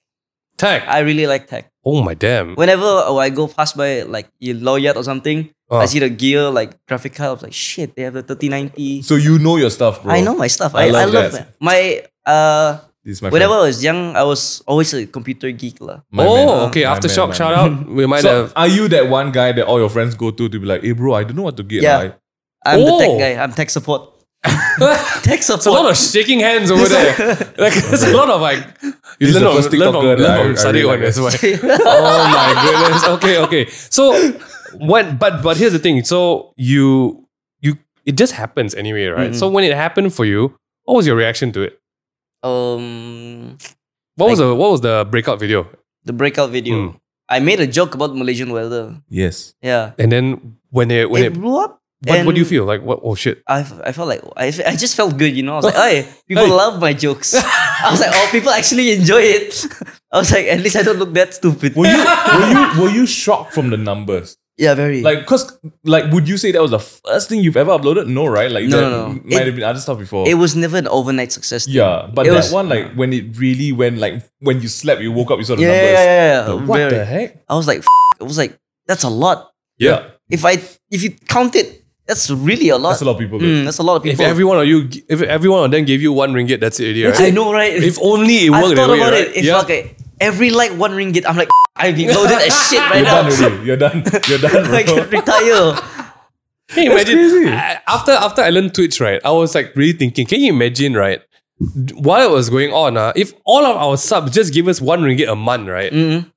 [SPEAKER 1] tech.
[SPEAKER 4] I really like tech.
[SPEAKER 1] Oh my damn!
[SPEAKER 4] Whenever oh, I go past by like Loyat or something, I
[SPEAKER 1] Ah.
[SPEAKER 4] see the gear like graphic card. I was like, shit, they have the 3090.
[SPEAKER 3] So you know your stuff, bro.
[SPEAKER 4] I know my stuff.
[SPEAKER 3] I
[SPEAKER 4] I, I
[SPEAKER 3] love
[SPEAKER 4] love
[SPEAKER 3] that.
[SPEAKER 4] it. My uh
[SPEAKER 3] This is my
[SPEAKER 4] Whenever
[SPEAKER 3] friend.
[SPEAKER 4] I was young, I was always a computer geek. lah.
[SPEAKER 3] My man.
[SPEAKER 1] oh, okay.
[SPEAKER 3] My
[SPEAKER 1] Aftershock
[SPEAKER 3] man, my
[SPEAKER 1] shout
[SPEAKER 3] man.
[SPEAKER 1] out. We might
[SPEAKER 3] So
[SPEAKER 1] have.
[SPEAKER 3] are you that one guy that all your friends go to to be like, hey, bro, I don't know what to get.
[SPEAKER 4] Yeah.
[SPEAKER 3] like."
[SPEAKER 4] I'm the
[SPEAKER 1] Oh.
[SPEAKER 4] tech guy. I'm tech support. (laughs) tech
[SPEAKER 1] It's a lot
[SPEAKER 4] support.
[SPEAKER 1] of shaking hands
[SPEAKER 4] (laughs)
[SPEAKER 1] over there. Like it's a lot of like you
[SPEAKER 3] This is
[SPEAKER 1] learn
[SPEAKER 3] the
[SPEAKER 1] from,
[SPEAKER 3] first
[SPEAKER 1] learn from,
[SPEAKER 3] TikToker that
[SPEAKER 1] learn from
[SPEAKER 3] I- I really
[SPEAKER 1] Sadiq on
[SPEAKER 3] like.
[SPEAKER 1] this one. oh my goodness. Okay, okay. So when but but here's the thing. So you you it just happens anyway, right?
[SPEAKER 4] Mm-hmm.
[SPEAKER 1] So when it happened for you, what was your reaction to it?
[SPEAKER 4] um,
[SPEAKER 1] What was the what was the breakout video?
[SPEAKER 4] the breakout video.
[SPEAKER 1] Mm.
[SPEAKER 4] I made a joke about Malaysian weather.
[SPEAKER 3] Yes.
[SPEAKER 4] Yeah,
[SPEAKER 1] And then when it when
[SPEAKER 4] it,
[SPEAKER 1] it,
[SPEAKER 4] blew up.
[SPEAKER 1] what, what do you
[SPEAKER 4] and
[SPEAKER 1] feel? Like what oh shit.
[SPEAKER 4] I, f- I felt like I, f- I just felt good, you know. I was
[SPEAKER 3] (laughs)
[SPEAKER 4] like, hey, people
[SPEAKER 1] Hey.
[SPEAKER 4] love my jokes. I was like, oh, people actually enjoy it. (laughs) I was like, at least I don't look that stupid.
[SPEAKER 3] Were you were you were you shocked from the numbers?
[SPEAKER 4] yeah, very.
[SPEAKER 3] Like, cause like, would you say that was the first thing you've ever uploaded? No, right? Like,
[SPEAKER 4] No,
[SPEAKER 3] there
[SPEAKER 4] no, no.
[SPEAKER 3] m-
[SPEAKER 4] It-
[SPEAKER 3] might have been other stuff before.
[SPEAKER 4] it was never an overnight success. thing.
[SPEAKER 3] oh. yeah, but
[SPEAKER 4] it
[SPEAKER 3] that
[SPEAKER 4] was-
[SPEAKER 3] one, like, when it really went, like, when you slept, you woke up, you saw the
[SPEAKER 4] yeah, yeah,
[SPEAKER 3] numbers.
[SPEAKER 4] yeah, yeah.
[SPEAKER 3] Like, what
[SPEAKER 4] very.
[SPEAKER 3] the heck?
[SPEAKER 4] I was like, F-. I was like, that's a lot.
[SPEAKER 3] Yeah,
[SPEAKER 4] if I if you count it, that's really a lot.
[SPEAKER 3] that's a lot of people.
[SPEAKER 4] Mm, that's a lot of
[SPEAKER 1] If
[SPEAKER 4] people.
[SPEAKER 1] everyone of you if everyone of them gave you one ringgit, that's it already,
[SPEAKER 4] (laughs) I
[SPEAKER 1] right?
[SPEAKER 4] know, right?
[SPEAKER 1] If only it
[SPEAKER 4] I
[SPEAKER 1] worked
[SPEAKER 4] thought
[SPEAKER 1] that way,
[SPEAKER 4] about
[SPEAKER 1] right?
[SPEAKER 4] it. If okay, every like one ringgit, I'm like, I've
[SPEAKER 3] (laughs)
[SPEAKER 4] been loaded as shit right
[SPEAKER 3] You're done
[SPEAKER 4] now.
[SPEAKER 3] already. You're
[SPEAKER 4] (laughs)
[SPEAKER 3] done. You're done,
[SPEAKER 4] I
[SPEAKER 3] bro.
[SPEAKER 4] can retire.
[SPEAKER 1] Can you imagine?
[SPEAKER 3] crazy.
[SPEAKER 1] I- after after I learned Twitch, right? I was like really thinking. Can you imagine, right? d- While it was going on, uh, if all of our subs just give us one ringgit a month, right?
[SPEAKER 3] Mm-hmm.
[SPEAKER 4] Mm.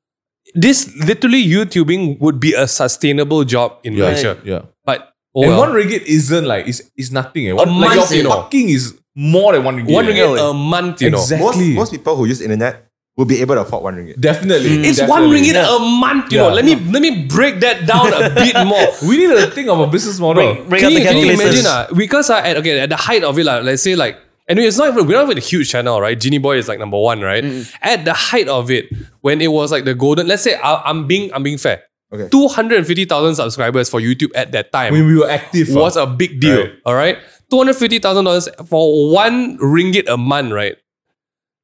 [SPEAKER 1] This literally YouTubing would be a sustainable job in Malaysia.
[SPEAKER 3] (laughs) Yeah.
[SPEAKER 1] But Oh,
[SPEAKER 3] and
[SPEAKER 1] well.
[SPEAKER 3] one ringgit isn't like it's it's nothing. Eh. One, like
[SPEAKER 1] month,
[SPEAKER 3] your
[SPEAKER 1] you know.
[SPEAKER 3] parking is more than one ringgit.
[SPEAKER 1] One
[SPEAKER 3] eh.
[SPEAKER 1] ringgit a month, you know.
[SPEAKER 2] Most,
[SPEAKER 3] Exactly.
[SPEAKER 2] most people who use internet will be able to afford one ringgit.
[SPEAKER 3] definitely.
[SPEAKER 4] Mm.
[SPEAKER 1] It's one
[SPEAKER 3] definitely.
[SPEAKER 1] ringgit a month, you
[SPEAKER 3] Yeah.
[SPEAKER 1] know. Let me let me break that down a bit
[SPEAKER 3] (laughs)
[SPEAKER 1] more.
[SPEAKER 3] We need to think of a business model.
[SPEAKER 4] Bring
[SPEAKER 1] can
[SPEAKER 4] out
[SPEAKER 1] you,
[SPEAKER 4] the
[SPEAKER 1] can you
[SPEAKER 4] calculators.
[SPEAKER 1] imagine? Uh, because uh, at okay at the height of it, like, let's say like and it's not even we're not even a huge channel, right? Genie Boy is like number one, right? At the height of it, when it was like the golden, let's say I, I'm being I'm being fair.
[SPEAKER 2] Okay.
[SPEAKER 1] Two hundred and fifty thousand subscribers for YouTube at that time
[SPEAKER 3] when we were active.
[SPEAKER 1] was
[SPEAKER 3] uh,
[SPEAKER 1] a big deal.
[SPEAKER 3] Right.
[SPEAKER 1] All right. Two hundred fifty thousand dollars for one ringgit a month, right?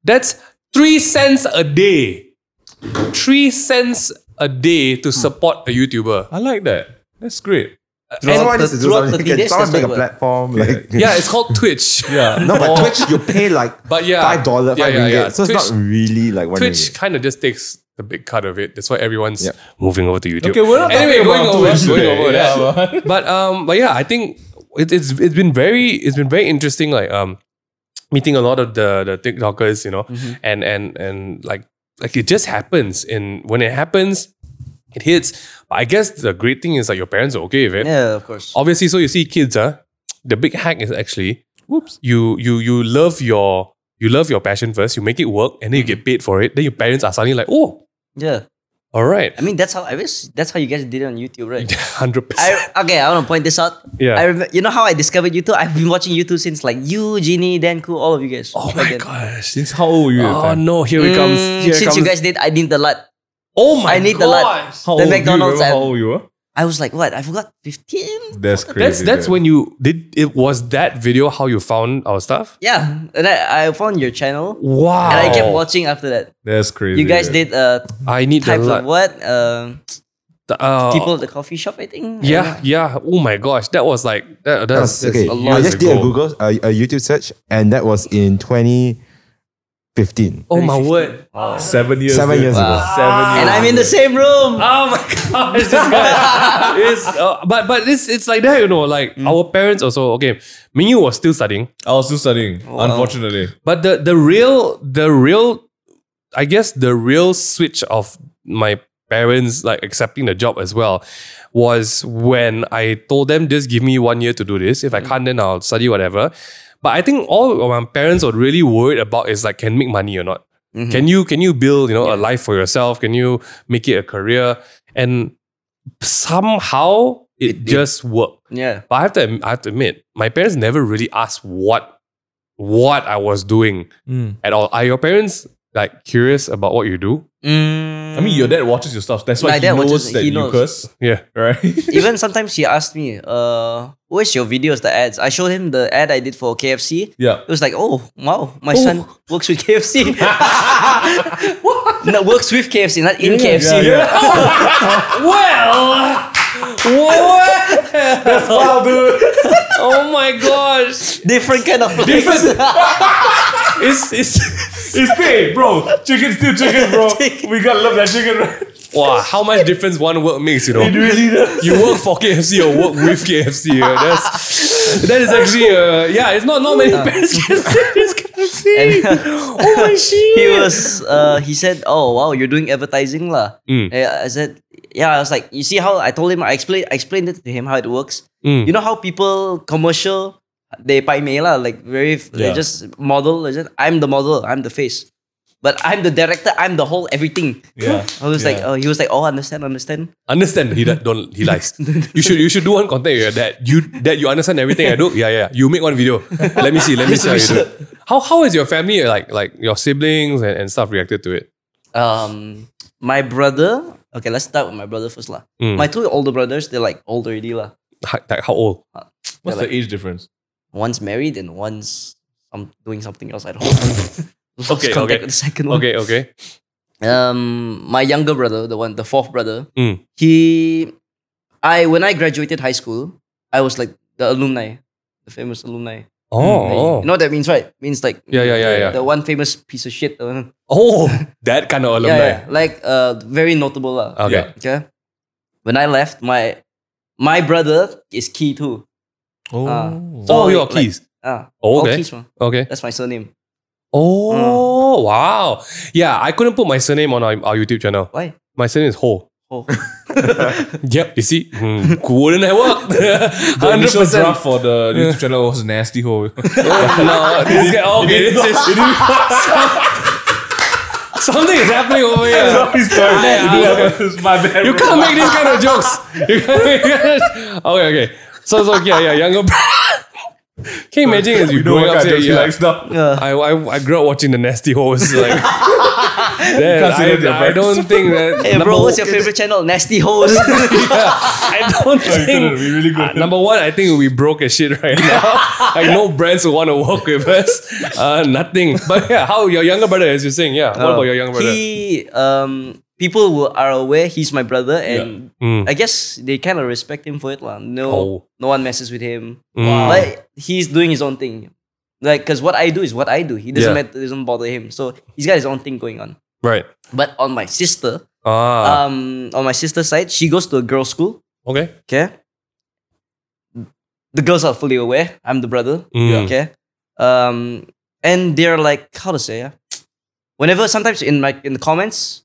[SPEAKER 1] That's three cents a day. Three cents a day to support a YouTuber.
[SPEAKER 3] I like that. That's great.
[SPEAKER 2] Someone needs to do
[SPEAKER 4] throughout
[SPEAKER 2] something.
[SPEAKER 4] 30
[SPEAKER 2] Can
[SPEAKER 4] days,
[SPEAKER 2] someone
[SPEAKER 4] that's
[SPEAKER 2] make a
[SPEAKER 4] like what-
[SPEAKER 2] platform? Like,
[SPEAKER 1] Yeah, it's called
[SPEAKER 2] (laughs)
[SPEAKER 1] Twitch.
[SPEAKER 3] Yeah.
[SPEAKER 2] no, but Twitch you pay like
[SPEAKER 1] But yeah.
[SPEAKER 2] five dollar,
[SPEAKER 1] Yeah,
[SPEAKER 2] five
[SPEAKER 1] yeah,
[SPEAKER 2] ringgit.
[SPEAKER 1] yeah.
[SPEAKER 2] So it's
[SPEAKER 1] Twitch-
[SPEAKER 2] not really like one
[SPEAKER 1] Twitch
[SPEAKER 2] ringgit.
[SPEAKER 1] kind of just takes the big cut of it. That's why everyone's
[SPEAKER 2] Yeah.
[SPEAKER 1] moving over to YouTube.
[SPEAKER 3] Okay, we're not
[SPEAKER 1] anyway,
[SPEAKER 3] talking
[SPEAKER 1] going
[SPEAKER 3] about
[SPEAKER 1] over,
[SPEAKER 3] Twitch
[SPEAKER 1] going
[SPEAKER 3] today.
[SPEAKER 1] over that.
[SPEAKER 3] Yeah, man.
[SPEAKER 1] but um, but yeah, I think it, it's it's been very it's been very interesting. Like um, meeting a lot of the the TikTokers, you know,
[SPEAKER 2] Mm-hmm.
[SPEAKER 1] and and and like like it just happens, and when it happens, it hits. But I guess the great thing is that your parents are okay with it.
[SPEAKER 4] Yeah, of course.
[SPEAKER 1] Obviously, so you see kids, huh? The big hack is actually
[SPEAKER 3] Whoops.
[SPEAKER 1] you you you love your you love your passion first, you make it work, and then you get
[SPEAKER 2] Mm.
[SPEAKER 1] paid for it. Then your parents are suddenly like, oh,
[SPEAKER 4] Yeah.
[SPEAKER 1] all right,
[SPEAKER 4] I mean, that's how I wish that's how you guys did it on YouTube, right?
[SPEAKER 1] (laughs) hundred percent.
[SPEAKER 4] I, okay, I want to point this out.
[SPEAKER 1] Yeah.
[SPEAKER 4] I remember, you know how I discovered YouTube? I've been watching YouTube since like you, Genie, Danku, all of you
[SPEAKER 1] (laughs)
[SPEAKER 4] guys.
[SPEAKER 1] Oh
[SPEAKER 4] Back
[SPEAKER 1] my
[SPEAKER 4] then.
[SPEAKER 1] gosh!
[SPEAKER 3] Since how old were you at the
[SPEAKER 1] Oh
[SPEAKER 3] time?
[SPEAKER 1] no! Here it comes.
[SPEAKER 4] Mm,
[SPEAKER 1] Here it
[SPEAKER 4] since
[SPEAKER 1] comes.
[SPEAKER 4] you guys did, I need the lot.
[SPEAKER 1] oh my
[SPEAKER 4] I need the lot.
[SPEAKER 1] gosh!
[SPEAKER 3] How old? do you
[SPEAKER 4] McDonald's
[SPEAKER 3] remember
[SPEAKER 4] ad.
[SPEAKER 3] how old you were?
[SPEAKER 4] I was like, what? I forgot 15?
[SPEAKER 3] That's crazy.
[SPEAKER 1] That's that's
[SPEAKER 3] man.
[SPEAKER 1] when you did. It was that video how you found our stuff.
[SPEAKER 4] Yeah. And I, I found your channel.
[SPEAKER 1] Wow!
[SPEAKER 4] And I kept watching after that.
[SPEAKER 3] That's crazy.
[SPEAKER 4] You guys
[SPEAKER 3] man.
[SPEAKER 4] did uh
[SPEAKER 1] I need the
[SPEAKER 4] type of
[SPEAKER 1] lot.
[SPEAKER 4] what? Um
[SPEAKER 1] Uh,
[SPEAKER 4] people at the coffee shop, I think.
[SPEAKER 1] Yeah, yeah. Oh my gosh! That was like that. that was,
[SPEAKER 2] That's, okay,
[SPEAKER 1] a
[SPEAKER 2] I
[SPEAKER 1] lot
[SPEAKER 2] just did a Google, a, a YouTube search, and that was in 2015.
[SPEAKER 1] Oh my word!
[SPEAKER 3] seven years.
[SPEAKER 2] Seven
[SPEAKER 3] ago.
[SPEAKER 2] years ago.
[SPEAKER 3] Wow. Seven years.
[SPEAKER 4] And I'm in
[SPEAKER 3] ago.
[SPEAKER 4] the same room.
[SPEAKER 1] Oh my (laughs) gosh, this guy is, uh, but but this it's like that, you know. Like our parents also okay. Mingyu was still studying,
[SPEAKER 3] I was still studying.
[SPEAKER 4] Wow.
[SPEAKER 3] Unfortunately,
[SPEAKER 1] but the the real the real, I guess the real switch of my parents like accepting the job as well was when I told them just give me one year to do this. If I can't, then I'll study whatever. But I think all of my parents were really worried about is like can make money or not.
[SPEAKER 4] Mm-hmm.
[SPEAKER 1] Can you can you build you know a life for yourself? Can you make it a career? And somehow it, just worked.
[SPEAKER 4] Yeah.
[SPEAKER 1] But I have to I have to admit, my parents never really asked what what I was doing at all. Are your parents like curious about what you do?
[SPEAKER 4] Mm.
[SPEAKER 3] I mean, your dad watches your stuff. That's why
[SPEAKER 4] My
[SPEAKER 3] he
[SPEAKER 4] dad
[SPEAKER 3] knows
[SPEAKER 4] watches-
[SPEAKER 3] that
[SPEAKER 4] he
[SPEAKER 3] you
[SPEAKER 4] knows.
[SPEAKER 3] curse,
[SPEAKER 1] Yeah.
[SPEAKER 3] right? (laughs)
[SPEAKER 4] Even sometimes he asked me, uh, where's your videos, the ads? I showed him the ad I did for KFC.
[SPEAKER 3] yeah.
[SPEAKER 4] It was like, oh, wow, my son works with
[SPEAKER 3] (laughs)
[SPEAKER 4] KFC. no, works with KFC, not in KFC.
[SPEAKER 3] Yeah, yeah.
[SPEAKER 4] (laughs)
[SPEAKER 1] Well, what? That's wild, dude.
[SPEAKER 4] (laughs)
[SPEAKER 1] oh my gosh!
[SPEAKER 4] Different kind of place. (laughs)
[SPEAKER 1] Different- It's it's (laughs)
[SPEAKER 3] It's pay, bro. Chicken's still chicken, bro. we gotta love that chicken.
[SPEAKER 1] wow. How much difference one work makes, you know?
[SPEAKER 3] really does.
[SPEAKER 1] you work for KFC or work with KFC. yeah. That's that is actually uh, yeah. It's not not many parents can say this KFC. oh my shit!
[SPEAKER 4] (laughs) he was uh, he said, Oh wow, you're doing advertising lah.
[SPEAKER 3] Mm.
[SPEAKER 4] Eh, I said, Yeah, I was like, you see how I told him I explained I explained it to him how it works.
[SPEAKER 3] Mm.
[SPEAKER 4] You know how people commercial they pay me lah, like very f they
[SPEAKER 3] Yeah.
[SPEAKER 4] just model, they just, I'm the model, I'm the face. But I'm the director, I'm the whole everything.
[SPEAKER 3] Yeah.
[SPEAKER 4] (laughs) I was like,
[SPEAKER 3] Yeah.
[SPEAKER 4] oh, he was like, oh, understand, understand.
[SPEAKER 1] Understand? He don't- don't. He lies. You should you should do one content with your dad. You that you understand everything I do. Yeah yeah. You make one video. Let me see. Let me see how you do. it. How how is your family like like your siblings and, and stuff reacted to it?
[SPEAKER 4] Um, my brother. Okay, let's start with my brother first lah.
[SPEAKER 3] Mm.
[SPEAKER 4] My two older brothers, they're like old already lah.
[SPEAKER 1] How, like how old?
[SPEAKER 3] What's the age difference?
[SPEAKER 4] one's married and one's um, doing something else at
[SPEAKER 1] (laughs)
[SPEAKER 4] home. Lost
[SPEAKER 1] Okay, okay.
[SPEAKER 4] contact with the second one.
[SPEAKER 1] Okay okay.
[SPEAKER 4] Um, my younger brother, the one, the fourth brother,
[SPEAKER 1] Mm.
[SPEAKER 4] he, I when I graduated high school, I was like the alumni, the famous alumni.
[SPEAKER 1] Oh
[SPEAKER 4] You know what that means, right? Means like
[SPEAKER 1] Yeah, yeah, yeah, yeah.
[SPEAKER 4] The one famous piece of shit. the one-
[SPEAKER 1] oh that kind of
[SPEAKER 4] yeah,
[SPEAKER 1] alumni.
[SPEAKER 4] yeah, like uh, very notable lah.
[SPEAKER 1] Okay.
[SPEAKER 3] Yeah.
[SPEAKER 4] Okay. When I left, my my brother is key too.
[SPEAKER 3] Oh.
[SPEAKER 1] Oh,
[SPEAKER 4] So,
[SPEAKER 1] your
[SPEAKER 4] Ah. like-
[SPEAKER 1] keys.
[SPEAKER 4] Ah,
[SPEAKER 1] Oh,
[SPEAKER 4] all
[SPEAKER 1] okay.
[SPEAKER 4] keys, man.
[SPEAKER 1] Okay.
[SPEAKER 4] That's my surname.
[SPEAKER 3] Mm.
[SPEAKER 1] Oh wow! Yeah, I couldn't put my surname on our, our YouTube channel.
[SPEAKER 4] Why?
[SPEAKER 1] My surname is Ho.
[SPEAKER 4] Oh.
[SPEAKER 1] Yep, you see, Hmm, wouldn't have worked.
[SPEAKER 3] (laughs)
[SPEAKER 1] (laughs)
[SPEAKER 3] The
[SPEAKER 1] Hundred
[SPEAKER 3] initial
[SPEAKER 1] percent.
[SPEAKER 3] draft for the YouTube channel was nasty (laughs) hole.
[SPEAKER 1] (laughs)
[SPEAKER 3] (laughs)
[SPEAKER 1] No, this guy. Okay, this is (laughs) something is happening over
[SPEAKER 3] (laughs)
[SPEAKER 1] here.
[SPEAKER 3] my bad.
[SPEAKER 1] You
[SPEAKER 3] bro.
[SPEAKER 1] can't make these kind
[SPEAKER 3] (laughs)
[SPEAKER 1] of jokes. You can't make okay, okay. So, so yeah, yeah, younger. (laughs) bro- Can you imagine as you
[SPEAKER 3] You know
[SPEAKER 1] growing
[SPEAKER 3] what
[SPEAKER 1] up? Say,
[SPEAKER 3] kind of jokes he
[SPEAKER 1] yeah,
[SPEAKER 3] likes now.
[SPEAKER 1] I, I I grew up watching the nasty hoes. (laughs) Like, then
[SPEAKER 3] Consider their
[SPEAKER 1] I, I
[SPEAKER 3] backs.
[SPEAKER 1] don't think that.
[SPEAKER 4] Hey,
[SPEAKER 1] number
[SPEAKER 4] bro,
[SPEAKER 1] one- Oh.
[SPEAKER 4] what's your favorite channel? Nasty Hoes.
[SPEAKER 1] (laughs) I don't
[SPEAKER 3] That'd
[SPEAKER 1] think.
[SPEAKER 3] (laughs)
[SPEAKER 1] uh,
[SPEAKER 3] be Oh, really good.
[SPEAKER 1] Number one, I think we broke as shit right now. (laughs) like no brands will want to work with us. Uh, nothing. But yeah, how your younger brother, as you're saying, yeah. What about your younger brother?
[SPEAKER 4] Uh, He, um, people who are aware he's my brother, and
[SPEAKER 1] Mm.
[SPEAKER 4] I guess they kind of respect him for it, lah. No,
[SPEAKER 1] Oh.
[SPEAKER 4] no one messes with him.
[SPEAKER 1] Mm.
[SPEAKER 4] But he's doing his own thing, like because what I do is what I do. He doesn't
[SPEAKER 1] Yeah.
[SPEAKER 4] matter, doesn't bother him. So he's got his own thing going on.
[SPEAKER 1] Right.
[SPEAKER 4] But on my sister,
[SPEAKER 1] Ah.
[SPEAKER 4] um, on my sister's side, she goes to a girls' school.
[SPEAKER 1] okay.
[SPEAKER 4] Okay. The girls are fully aware. I'm the brother.
[SPEAKER 1] Mm.
[SPEAKER 4] Okay. Um, and they're like, how to say, yeah? Whenever sometimes in my in the comments,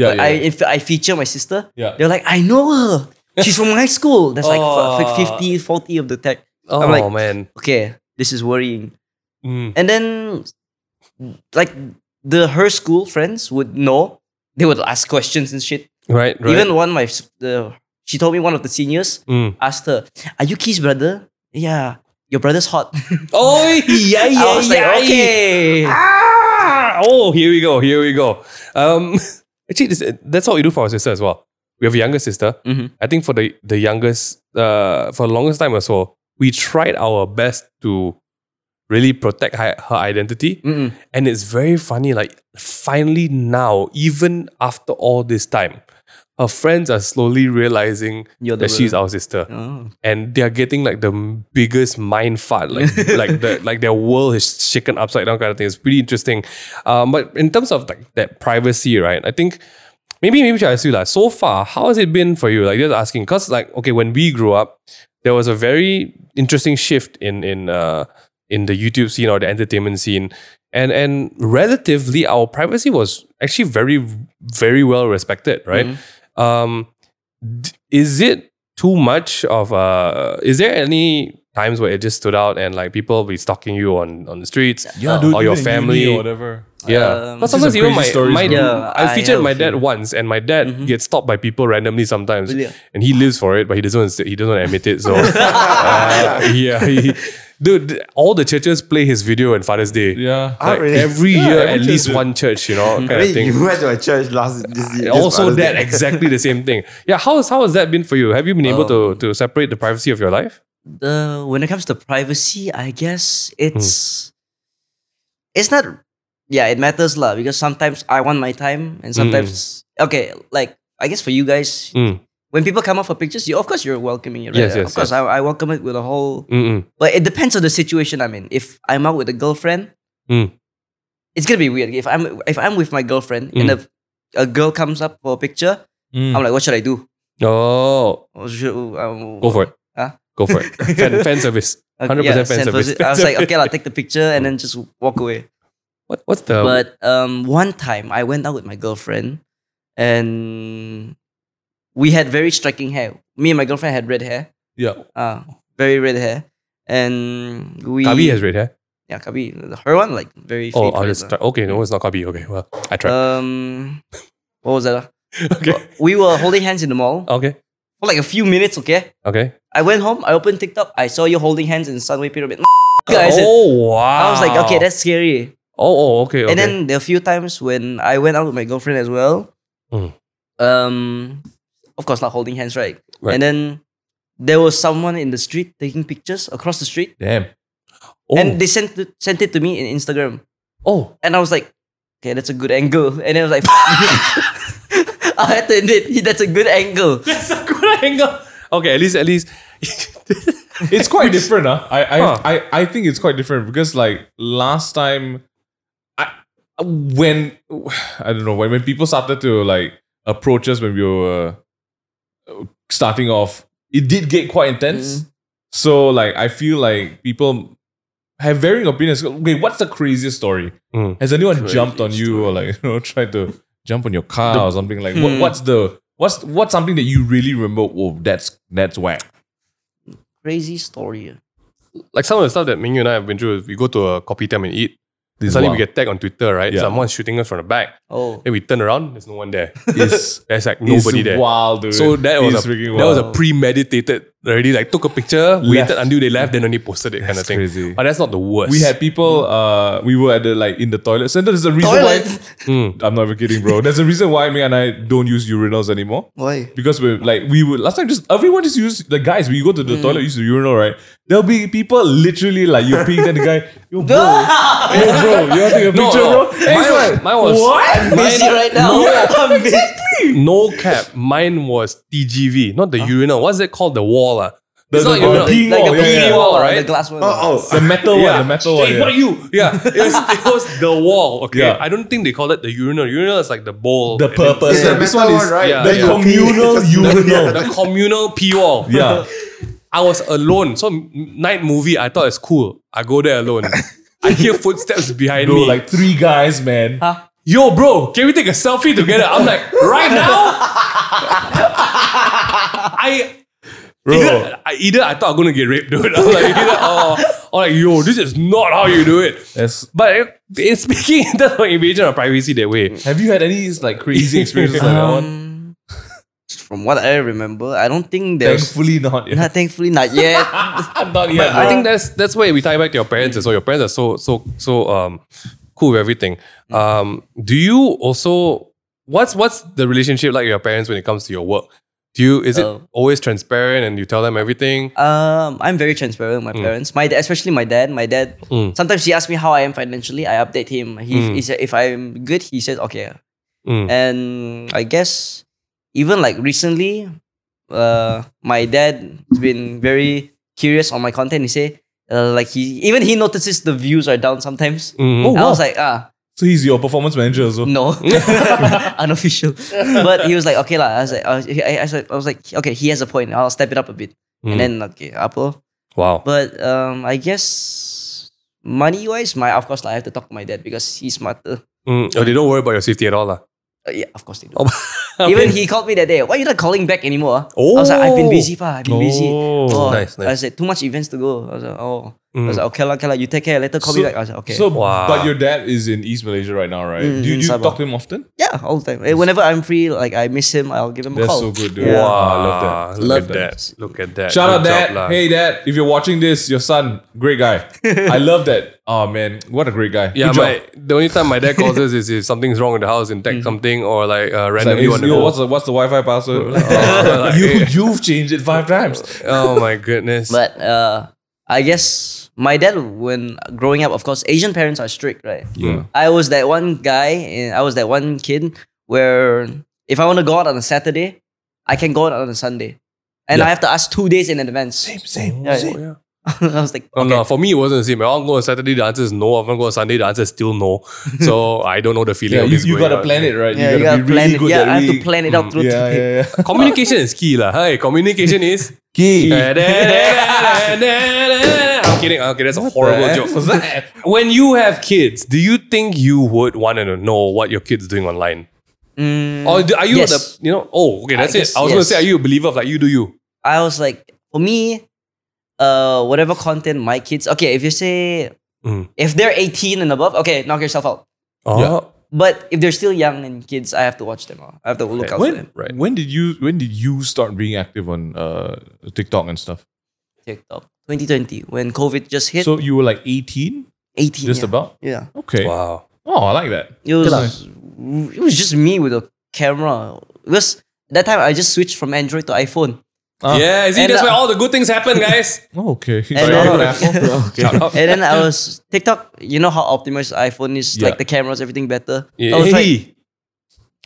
[SPEAKER 3] Yeah,
[SPEAKER 4] like,
[SPEAKER 3] yeah.
[SPEAKER 4] I if I feature my sister,
[SPEAKER 3] Yeah.
[SPEAKER 4] they're like, I know her. She's from my school. That's like f-
[SPEAKER 1] Oh.
[SPEAKER 4] like 50, 40 of the tech.
[SPEAKER 1] Oh
[SPEAKER 4] I'm like-
[SPEAKER 1] man.
[SPEAKER 4] Okay, this is worrying.
[SPEAKER 1] Mm.
[SPEAKER 4] And then like the her school friends would know. They would ask questions and shit.
[SPEAKER 1] Right. Right.
[SPEAKER 4] Even one of my s- the she told me one of the seniors
[SPEAKER 1] Mm.
[SPEAKER 4] asked her, "Are you Key's brother?" Yeah, your brother's hot. (laughs)
[SPEAKER 1] Oh yeah, yeah,
[SPEAKER 4] I was like,
[SPEAKER 1] yeah.
[SPEAKER 4] okay.
[SPEAKER 1] Ah! Oh, here we go. Here we go. Um, (laughs) actually, this, that's what we do for our sister as well. We have a younger sister.
[SPEAKER 4] Mhm.
[SPEAKER 1] I think for the the youngest, uh, for the longest time or so, we tried our best to really protect her, her identity,
[SPEAKER 4] Mm-mm.
[SPEAKER 1] and it's very funny. Like finally now, even after all this time, her friends are slowly realizing
[SPEAKER 4] You're the
[SPEAKER 1] that she's our sister
[SPEAKER 4] Oh.
[SPEAKER 1] and they are getting like the m- biggest mind fart, like like the like their world is shaken upside down kind of thing. It's pretty interesting. Um, but in terms of like that privacy, right? I think maybe maybe I should ask you like so far, how has it been for you? Like just asking, cause like okay, when we grew up, there was a very interesting shift in in uh in the YouTube scene or the entertainment scene. And and relatively our privacy was actually very, very well respected, right?
[SPEAKER 3] Mm-hmm.
[SPEAKER 1] Um d- is it too much of uh is there any times where it just stood out and like people be stalking you on on the streets
[SPEAKER 3] Yeah, dude.
[SPEAKER 1] or your
[SPEAKER 3] even in uni
[SPEAKER 1] family
[SPEAKER 3] or whatever.
[SPEAKER 1] yeah
[SPEAKER 4] Um,
[SPEAKER 1] but sometimes
[SPEAKER 3] These are
[SPEAKER 1] even my,
[SPEAKER 3] crazy stories,
[SPEAKER 1] my
[SPEAKER 4] bro. Yeah,
[SPEAKER 1] i
[SPEAKER 4] I
[SPEAKER 1] featured
[SPEAKER 4] have
[SPEAKER 1] my
[SPEAKER 4] a
[SPEAKER 1] dad
[SPEAKER 4] few.
[SPEAKER 1] once and my dad gets stopped by people randomly sometimes
[SPEAKER 4] Mm-hmm. Really?
[SPEAKER 1] and he lives for it but he doesn't want to- he doesn't want to admit it
[SPEAKER 4] (laughs)
[SPEAKER 1] so uh, yeah he, dude all the churches play his video on father's day
[SPEAKER 3] Yeah.
[SPEAKER 2] Ah,
[SPEAKER 1] Like,
[SPEAKER 2] really?
[SPEAKER 1] every year
[SPEAKER 3] every
[SPEAKER 1] at
[SPEAKER 3] church,
[SPEAKER 1] least
[SPEAKER 3] dude.
[SPEAKER 1] one church you know kind
[SPEAKER 2] I
[SPEAKER 1] of
[SPEAKER 2] mean,
[SPEAKER 1] thing
[SPEAKER 2] you went to my church last
[SPEAKER 3] Uh,
[SPEAKER 2] this year.
[SPEAKER 1] also that exactly the same thing. Yeah, how's how has that been for you? Have you been able to
[SPEAKER 4] Um,
[SPEAKER 1] to separate the privacy of your life?
[SPEAKER 4] The when it comes to privacy, I guess it's
[SPEAKER 1] Hmm.
[SPEAKER 4] it's not. Yeah, it matters lah because sometimes I want my time and
[SPEAKER 1] Hmm.
[SPEAKER 4] sometimes okay, like I guess for you guys,
[SPEAKER 1] Mm.
[SPEAKER 4] when people come up for pictures, you of course you're welcoming it. Right?
[SPEAKER 1] Yes, yes,
[SPEAKER 4] of
[SPEAKER 1] yes.
[SPEAKER 4] course, I, I welcome it with a whole.
[SPEAKER 1] Mm-mm.
[SPEAKER 4] But it depends on the situation I'm in. If I'm out with a girlfriend,
[SPEAKER 1] Mm.
[SPEAKER 4] it's gonna be weird. If I'm if I'm with my girlfriend and
[SPEAKER 1] Hmm.
[SPEAKER 4] a, a girl comes up for a picture,
[SPEAKER 3] Mm.
[SPEAKER 4] I'm like, what should I do?
[SPEAKER 1] Oh,
[SPEAKER 4] What should- um,
[SPEAKER 1] go for it.
[SPEAKER 4] Huh?
[SPEAKER 1] Go for
[SPEAKER 4] (laughs)
[SPEAKER 1] it. fan, fan service.
[SPEAKER 4] Okay,
[SPEAKER 1] 100%
[SPEAKER 4] yeah,
[SPEAKER 1] fan
[SPEAKER 4] send
[SPEAKER 1] service.
[SPEAKER 4] first- I was like, okay, I'll take the picture and then just walk away.
[SPEAKER 1] What what's the
[SPEAKER 4] But um, one time I went out with my girlfriend and we had very striking hair. Me and my girlfriend had red hair.
[SPEAKER 3] Yeah.
[SPEAKER 4] Uh, very red hair. And we.
[SPEAKER 1] Kabi has red hair?
[SPEAKER 4] Yeah, Kabi. Her one, like, very
[SPEAKER 1] Oh,
[SPEAKER 4] fade
[SPEAKER 1] I'll
[SPEAKER 4] red
[SPEAKER 1] just
[SPEAKER 4] lah.
[SPEAKER 1] try. Okay,
[SPEAKER 4] Mm.
[SPEAKER 1] no, it's not Kabi. Okay, well, I tried.
[SPEAKER 4] Um, What was that? ah?
[SPEAKER 1] (laughs) okay,
[SPEAKER 4] We were holding hands in the mall
[SPEAKER 1] okay,
[SPEAKER 4] for like a few minutes, okay?
[SPEAKER 1] okay.
[SPEAKER 4] I went home, I opened TikTok, I saw you holding hands in Sunway Pyramid. I, said,
[SPEAKER 1] oh wow!
[SPEAKER 4] I was like, okay, that's scary.
[SPEAKER 1] oh oh okay okay.
[SPEAKER 4] And then there are a few times when I went out with my girlfriend as well.
[SPEAKER 1] Mm.
[SPEAKER 4] Um, of course, not holding hands, right?
[SPEAKER 1] Right.
[SPEAKER 4] And then there was someone in the street taking pictures across the street,
[SPEAKER 3] Damn.
[SPEAKER 1] oh,
[SPEAKER 4] and they sent it, sent it to me in Instagram,
[SPEAKER 1] oh
[SPEAKER 4] (laughs) and I was like, "Okay, that's a good angle." And I was like, (laughs) "I had to admit, that's a good angle."
[SPEAKER 1] that's a good angle. Okay, at least at least
[SPEAKER 3] it's quite different, huh? I I,
[SPEAKER 1] Huh.
[SPEAKER 3] I I think it's quite different because like last time, I when (sighs) I don't know when when people started to like approach us when we were uh, starting off, it did get quite intense. So like I feel like people have varying opinions. Okay, what's the craziest story?
[SPEAKER 1] Mm.
[SPEAKER 3] Has anyone
[SPEAKER 1] Craziest
[SPEAKER 3] (laughs) jumped on you or like you know tried to jump on your car or something like? What,
[SPEAKER 4] Hmm.
[SPEAKER 3] what's the What's what's something that you really remember? Oh, that's that's whack.
[SPEAKER 4] Crazy story.
[SPEAKER 1] Like some of the stuff that Mingyu and I have been through, we go to a coffee time and eat.
[SPEAKER 3] This
[SPEAKER 1] Suddenly
[SPEAKER 3] one
[SPEAKER 1] we get tagged on Twitter, right?
[SPEAKER 3] Yeah.
[SPEAKER 1] Someone's shooting us from the back.
[SPEAKER 4] Oh,
[SPEAKER 1] Then we turn around, there's no one (laughs) there.
[SPEAKER 3] is
[SPEAKER 1] There's like nobody
[SPEAKER 3] is
[SPEAKER 1] there.
[SPEAKER 3] Wild, dude.
[SPEAKER 1] So that was
[SPEAKER 3] Is
[SPEAKER 1] a,
[SPEAKER 3] freaking
[SPEAKER 1] that was a
[SPEAKER 4] wild.
[SPEAKER 1] premeditated already. Like took a picture, waited
[SPEAKER 3] Left.
[SPEAKER 1] until they left, then only posted it kind of
[SPEAKER 3] That's
[SPEAKER 1] thing.
[SPEAKER 3] crazy.
[SPEAKER 1] But that's not the worst.
[SPEAKER 3] We had people. Uh, we were at the like in the toilet. So there's a reason
[SPEAKER 4] toilet.
[SPEAKER 1] Mm.
[SPEAKER 3] why Hmm. I'm not even kidding, bro. There's a reason why me and I don't use urinals anymore.
[SPEAKER 4] Why?
[SPEAKER 3] Because we like we would last time just everyone just use the guys. We go to the
[SPEAKER 1] Hmm.
[SPEAKER 3] toilet, use the urinal, right? There'll be people literally like you peeing, then the guy,
[SPEAKER 1] (laughs)
[SPEAKER 3] yo bro, yo bro, you want to take a
[SPEAKER 1] No,
[SPEAKER 3] picture,
[SPEAKER 1] no. (laughs)
[SPEAKER 3] bro? And he's
[SPEAKER 1] Mine-
[SPEAKER 3] like,
[SPEAKER 1] mine was-
[SPEAKER 3] what?
[SPEAKER 4] I'm busy right now.
[SPEAKER 1] (laughs)
[SPEAKER 3] exactly.
[SPEAKER 1] No cap. Mine was TGV, not the urinal. What's it called? The wall. ah.
[SPEAKER 3] The,
[SPEAKER 1] It's
[SPEAKER 3] the,
[SPEAKER 1] not
[SPEAKER 3] the
[SPEAKER 1] urinal.
[SPEAKER 3] peeing
[SPEAKER 4] like
[SPEAKER 3] wall,
[SPEAKER 4] a
[SPEAKER 3] yeah,
[SPEAKER 4] PE
[SPEAKER 3] yeah.
[SPEAKER 1] wall,
[SPEAKER 4] wall,
[SPEAKER 1] right?
[SPEAKER 4] the glass one.
[SPEAKER 2] Oh,
[SPEAKER 3] the metal one, the metal one.
[SPEAKER 1] Hey,
[SPEAKER 3] yeah.
[SPEAKER 1] what are you?
[SPEAKER 3] (laughs)
[SPEAKER 1] Yeah, it was, it was the wall. Okay,
[SPEAKER 3] Yeah.
[SPEAKER 1] I don't think they call it the urinal. Urinal is like the bowl.
[SPEAKER 3] the
[SPEAKER 1] And then-
[SPEAKER 3] purpose.
[SPEAKER 2] It's the
[SPEAKER 3] and this
[SPEAKER 2] metal
[SPEAKER 3] one is
[SPEAKER 2] one, right?
[SPEAKER 1] Yeah,
[SPEAKER 3] the
[SPEAKER 1] (laughs) yeah.
[SPEAKER 3] communal urinal.
[SPEAKER 1] The communal P wall.
[SPEAKER 3] (laughs) yeah.
[SPEAKER 1] I was alone. So m- night movie, I thought it's cool. I go there
[SPEAKER 3] (laughs)
[SPEAKER 1] alone. I hear footsteps behind
[SPEAKER 3] Bro,
[SPEAKER 1] me.
[SPEAKER 3] like three guys, man.
[SPEAKER 1] yo, bro, can we take a selfie together? I'm like, right now? I
[SPEAKER 3] Bro.
[SPEAKER 1] Either, I, either I thought I'm gonna get raped, (laughs) dude. I'm like, either, or, or like, yo, this is not how you do it.
[SPEAKER 3] That's-
[SPEAKER 1] But it, it's speaking (laughs) in terms of invasion of privacy that way.
[SPEAKER 3] have you had any like crazy experiences like that one?
[SPEAKER 4] Um, from what I remember, I don't think there's.
[SPEAKER 3] Thankfully not. (laughs)
[SPEAKER 4] Nah, thankfully, not (laughs) yet.
[SPEAKER 3] not
[SPEAKER 1] But I think that's that's where we tie back to your parents as well. Your parents are so so so um cool with everything. Um, do you also what's what's the relationship like with your parents when it comes to your work? Do you is it
[SPEAKER 4] Oh.
[SPEAKER 1] always transparent and you tell them everything?
[SPEAKER 4] Um, I'm very transparent with my parents. My dad, especially my dad. My dad.
[SPEAKER 1] Mm.
[SPEAKER 4] Sometimes he asks me how I am financially. I update him. He,
[SPEAKER 1] Mm.
[SPEAKER 4] he said if I'm good, he says okay.
[SPEAKER 1] Mm.
[SPEAKER 4] And I guess even like recently, uh, my dad has been very curious on my content. He say uh, like he even he notices the views are down sometimes.
[SPEAKER 1] Mm.
[SPEAKER 3] Oh,
[SPEAKER 4] I was
[SPEAKER 3] wow.
[SPEAKER 4] like ah
[SPEAKER 3] so he's your performance manager as well.
[SPEAKER 4] no (laughs)
[SPEAKER 3] (laughs)
[SPEAKER 4] unofficial, but he was like okay lah. I was like I was, I, I, said- I was like okay he has a point. I'll step it up a bit.
[SPEAKER 1] Mm.
[SPEAKER 3] Hmm.
[SPEAKER 4] And then okay Apple.
[SPEAKER 1] Wow.
[SPEAKER 4] But um, I guess money wise, my of course like, I have to talk to my dad because he's smarter.
[SPEAKER 1] Mm. Oh, they don't worry about your safety at all. lah.
[SPEAKER 4] Uh, yeah, of course they do.
[SPEAKER 3] (laughs)
[SPEAKER 1] Oh,
[SPEAKER 4] (laughs) Even he called me that day. Why you not calling back anymore? ah?" I was like, I've been
[SPEAKER 1] Oh.
[SPEAKER 4] busy, pa. I've been busy.
[SPEAKER 3] Oh. Hmm.
[SPEAKER 1] Nice, nice.
[SPEAKER 4] I said too much events to go. I was like, oh. I
[SPEAKER 1] Mm.
[SPEAKER 4] was like, okay lah, okay lah. You take care. Later call
[SPEAKER 3] So-
[SPEAKER 4] me back. I was like, okay.
[SPEAKER 3] So,
[SPEAKER 1] Wow.
[SPEAKER 3] but your dad is in East Malaysia right now, right?
[SPEAKER 4] Mm,
[SPEAKER 3] do you,
[SPEAKER 4] in
[SPEAKER 3] do you
[SPEAKER 4] Sabah.
[SPEAKER 3] talk to him often?
[SPEAKER 4] yeah, all the time. Eh, Whenever I'm free, like I miss him, I'll give him a
[SPEAKER 3] That's
[SPEAKER 4] call.
[SPEAKER 3] so good, dude.
[SPEAKER 4] Yeah.
[SPEAKER 1] Wow,
[SPEAKER 3] I
[SPEAKER 1] love that. Look at that. Look at that.
[SPEAKER 3] Ah, Shout out,
[SPEAKER 1] Good job,
[SPEAKER 3] dad.
[SPEAKER 1] lah.
[SPEAKER 3] Hey, dad. If you're watching this, your son, great guy.
[SPEAKER 4] (laughs)
[SPEAKER 3] I love that. Oh man, what a great guy.
[SPEAKER 1] Yeah,
[SPEAKER 3] Good job.
[SPEAKER 1] my, the only time my dad calls
[SPEAKER 3] (laughs)
[SPEAKER 1] us is if something's wrong in the house and tech
[SPEAKER 4] Mm-hmm.
[SPEAKER 1] something or like uh,
[SPEAKER 3] It's like,
[SPEAKER 1] randomly on
[SPEAKER 3] it's-
[SPEAKER 1] the
[SPEAKER 3] yo,
[SPEAKER 1] go. Oh,
[SPEAKER 3] what's the what's the Wi-Fi
[SPEAKER 1] (laughs)
[SPEAKER 3] password?
[SPEAKER 1] like,
[SPEAKER 3] (laughs) you you've changed it five times.
[SPEAKER 1] (laughs) Oh my goodness.
[SPEAKER 4] But uh, I guess my dad, when growing up, of course, Asian parents are strict, right?
[SPEAKER 3] Yeah.
[SPEAKER 4] I was that one guy, and I was that one kid where if I want to go out on a Saturday, I can go out on a Sunday, and I have to ask two days in advance.
[SPEAKER 3] same.
[SPEAKER 4] Yeah. (laughs)
[SPEAKER 1] Oh, yeah.
[SPEAKER 4] I was like,
[SPEAKER 1] Oh,
[SPEAKER 4] okay.
[SPEAKER 1] no, for me it wasn't the same. If I want to go on Saturday, the answer is no. If I want to go on Sunday, the answer is still no.
[SPEAKER 3] (laughs)
[SPEAKER 1] So I don't know the feeling.
[SPEAKER 3] Yeah,
[SPEAKER 1] of
[SPEAKER 3] you,
[SPEAKER 1] this
[SPEAKER 3] you
[SPEAKER 1] going
[SPEAKER 3] gotta
[SPEAKER 1] on.
[SPEAKER 3] plan it right.
[SPEAKER 4] yeah, you
[SPEAKER 3] gotta,
[SPEAKER 4] gotta,
[SPEAKER 3] be
[SPEAKER 4] plan
[SPEAKER 3] really good
[SPEAKER 4] it. Yeah,
[SPEAKER 3] that
[SPEAKER 4] I have
[SPEAKER 3] week.
[SPEAKER 4] to plan it out through
[SPEAKER 3] Yeah,
[SPEAKER 4] the
[SPEAKER 3] yeah,
[SPEAKER 2] (laughs)
[SPEAKER 3] yeah.
[SPEAKER 1] (laughs) Communication is key, lah. Hey, communication
[SPEAKER 3] (laughs)
[SPEAKER 1] is. (laughs)
[SPEAKER 3] Key.
[SPEAKER 1] I'm kidding. Okay, that's a
[SPEAKER 3] (laughs)
[SPEAKER 1] horrible joke.
[SPEAKER 3] Was that?
[SPEAKER 1] When you have kids, do you think you would want to know what your kids doing online?
[SPEAKER 4] Mm,
[SPEAKER 1] Or do- are you
[SPEAKER 4] Yes.
[SPEAKER 1] the you know? Oh, okay, that's
[SPEAKER 4] I
[SPEAKER 1] it.
[SPEAKER 4] guess
[SPEAKER 1] I was gonna
[SPEAKER 4] yes.
[SPEAKER 1] say, are you a believer of like you do you?
[SPEAKER 4] I was like, for me, uh, whatever content my kids. Okay, if you say
[SPEAKER 1] Mm.
[SPEAKER 4] if they're eighteen and above, okay, knock yourself out.
[SPEAKER 1] Oh,
[SPEAKER 3] Yeah.
[SPEAKER 4] But if they're still young and kids, I have to watch them. all. I have to look out for
[SPEAKER 3] When
[SPEAKER 4] them.
[SPEAKER 1] Right.
[SPEAKER 3] when did you when did you start being active on uh, TikTok and stuff?
[SPEAKER 4] TikTok. 2020, when COVID just hit,
[SPEAKER 3] So you were like eighteen,
[SPEAKER 4] 18.
[SPEAKER 3] just
[SPEAKER 4] yeah.
[SPEAKER 3] about.
[SPEAKER 4] yeah.
[SPEAKER 3] Okay.
[SPEAKER 1] wow.
[SPEAKER 3] Oh, I like that.
[SPEAKER 4] It was it was just me with a camera. Because that time I just switched from Android to iPhone.
[SPEAKER 3] Ah.
[SPEAKER 1] Yeah, you see,
[SPEAKER 4] And,
[SPEAKER 1] that's
[SPEAKER 4] uh,
[SPEAKER 1] where all the good things happen,
[SPEAKER 4] (laughs)
[SPEAKER 1] guys.
[SPEAKER 3] Oh, okay.
[SPEAKER 4] And
[SPEAKER 3] Sorry,
[SPEAKER 4] then-
[SPEAKER 3] I'm an asshole.
[SPEAKER 2] okay.
[SPEAKER 4] And then I
[SPEAKER 3] (laughs)
[SPEAKER 4] was TikTok, you know how optimized iPhone is,
[SPEAKER 3] Yeah.
[SPEAKER 4] like the cameras, everything better.
[SPEAKER 1] Yeah.
[SPEAKER 4] I was trying,
[SPEAKER 1] Hey.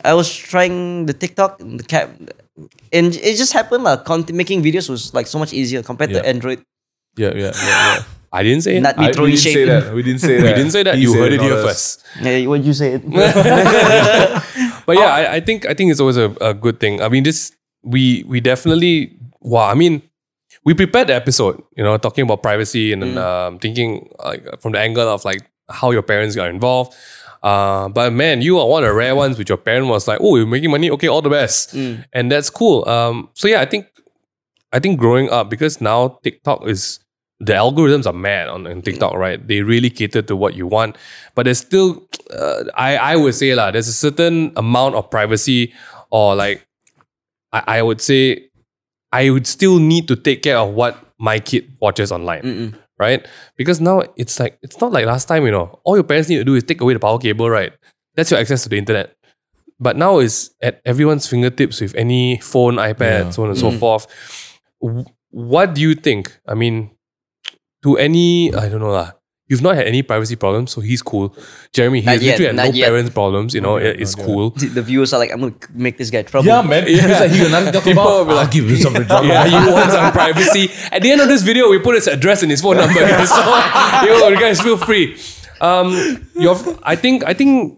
[SPEAKER 4] I was trying the TikTok and the cam and it just happened like cont- making videos was like so much easier compared to
[SPEAKER 3] Yeah.
[SPEAKER 4] Android.
[SPEAKER 3] (laughs) Yeah, yeah, yeah. yeah.
[SPEAKER 1] I didn't say it.
[SPEAKER 4] Not me
[SPEAKER 3] I- we
[SPEAKER 4] throwing
[SPEAKER 3] didn't say
[SPEAKER 4] shade.
[SPEAKER 1] (laughs)
[SPEAKER 4] (laughs)
[SPEAKER 3] that. We didn't say that.
[SPEAKER 1] We didn't say that.
[SPEAKER 3] He
[SPEAKER 1] you
[SPEAKER 3] said
[SPEAKER 1] heard it
[SPEAKER 3] not
[SPEAKER 1] here
[SPEAKER 3] us.
[SPEAKER 1] first.
[SPEAKER 4] Yeah, what you say it.
[SPEAKER 1] But yeah, I, I think I think it's always a, a good thing. I mean, this we we definitely wow. I mean, we prepared the episode, you know, talking about privacy and then um, thinking like from the angle of like how your parents are involved. Uh, but man, you are one of the rare ones which your parent was like, "Oh, you're making money. Okay, all the best,"
[SPEAKER 4] Mm.
[SPEAKER 1] and that's cool. Um, so yeah, I think, I think growing up because now TikTok is the algorithms are mad on, on TikTok, right? They really cater to what you want, but there's still, uh, I I would say lah, there's a certain amount of privacy or like, I, I would say, I would still need to take care of what my kid watches online
[SPEAKER 3] (laughs)
[SPEAKER 4] Mm-mm.
[SPEAKER 1] right? Because now it's like it's not like last time, you know. All your parents need to do is take away the power cable, right? That's your access to the internet. But now it's at everyone's fingertips with any phone, iPad,
[SPEAKER 3] Yeah.
[SPEAKER 1] so on and so
[SPEAKER 4] Mm.
[SPEAKER 1] forth. W- What do you think? I mean, to any I don't know lah. You've not had any privacy problems, so he's cool. Jeremy, he's
[SPEAKER 4] Not yet,
[SPEAKER 1] literally had no
[SPEAKER 4] not yet.
[SPEAKER 1] parents problems. You know, it- it's
[SPEAKER 3] not yet.
[SPEAKER 1] cool.
[SPEAKER 4] The viewers are like, I'm gonna make this guy trouble.
[SPEAKER 3] Yeah, man.
[SPEAKER 1] Yeah.
[SPEAKER 3] It's like he got nothing to talk
[SPEAKER 1] (laughs) People will
[SPEAKER 3] about.
[SPEAKER 1] be like-
[SPEAKER 3] I'll give you some drama.
[SPEAKER 1] (laughs) Yeah,
[SPEAKER 4] (laughs)
[SPEAKER 1] you want some privacy. At the end of this video, we put his address and his phone number. (laughs) guys. so yo, you guys feel free. Um, your, I think, I think,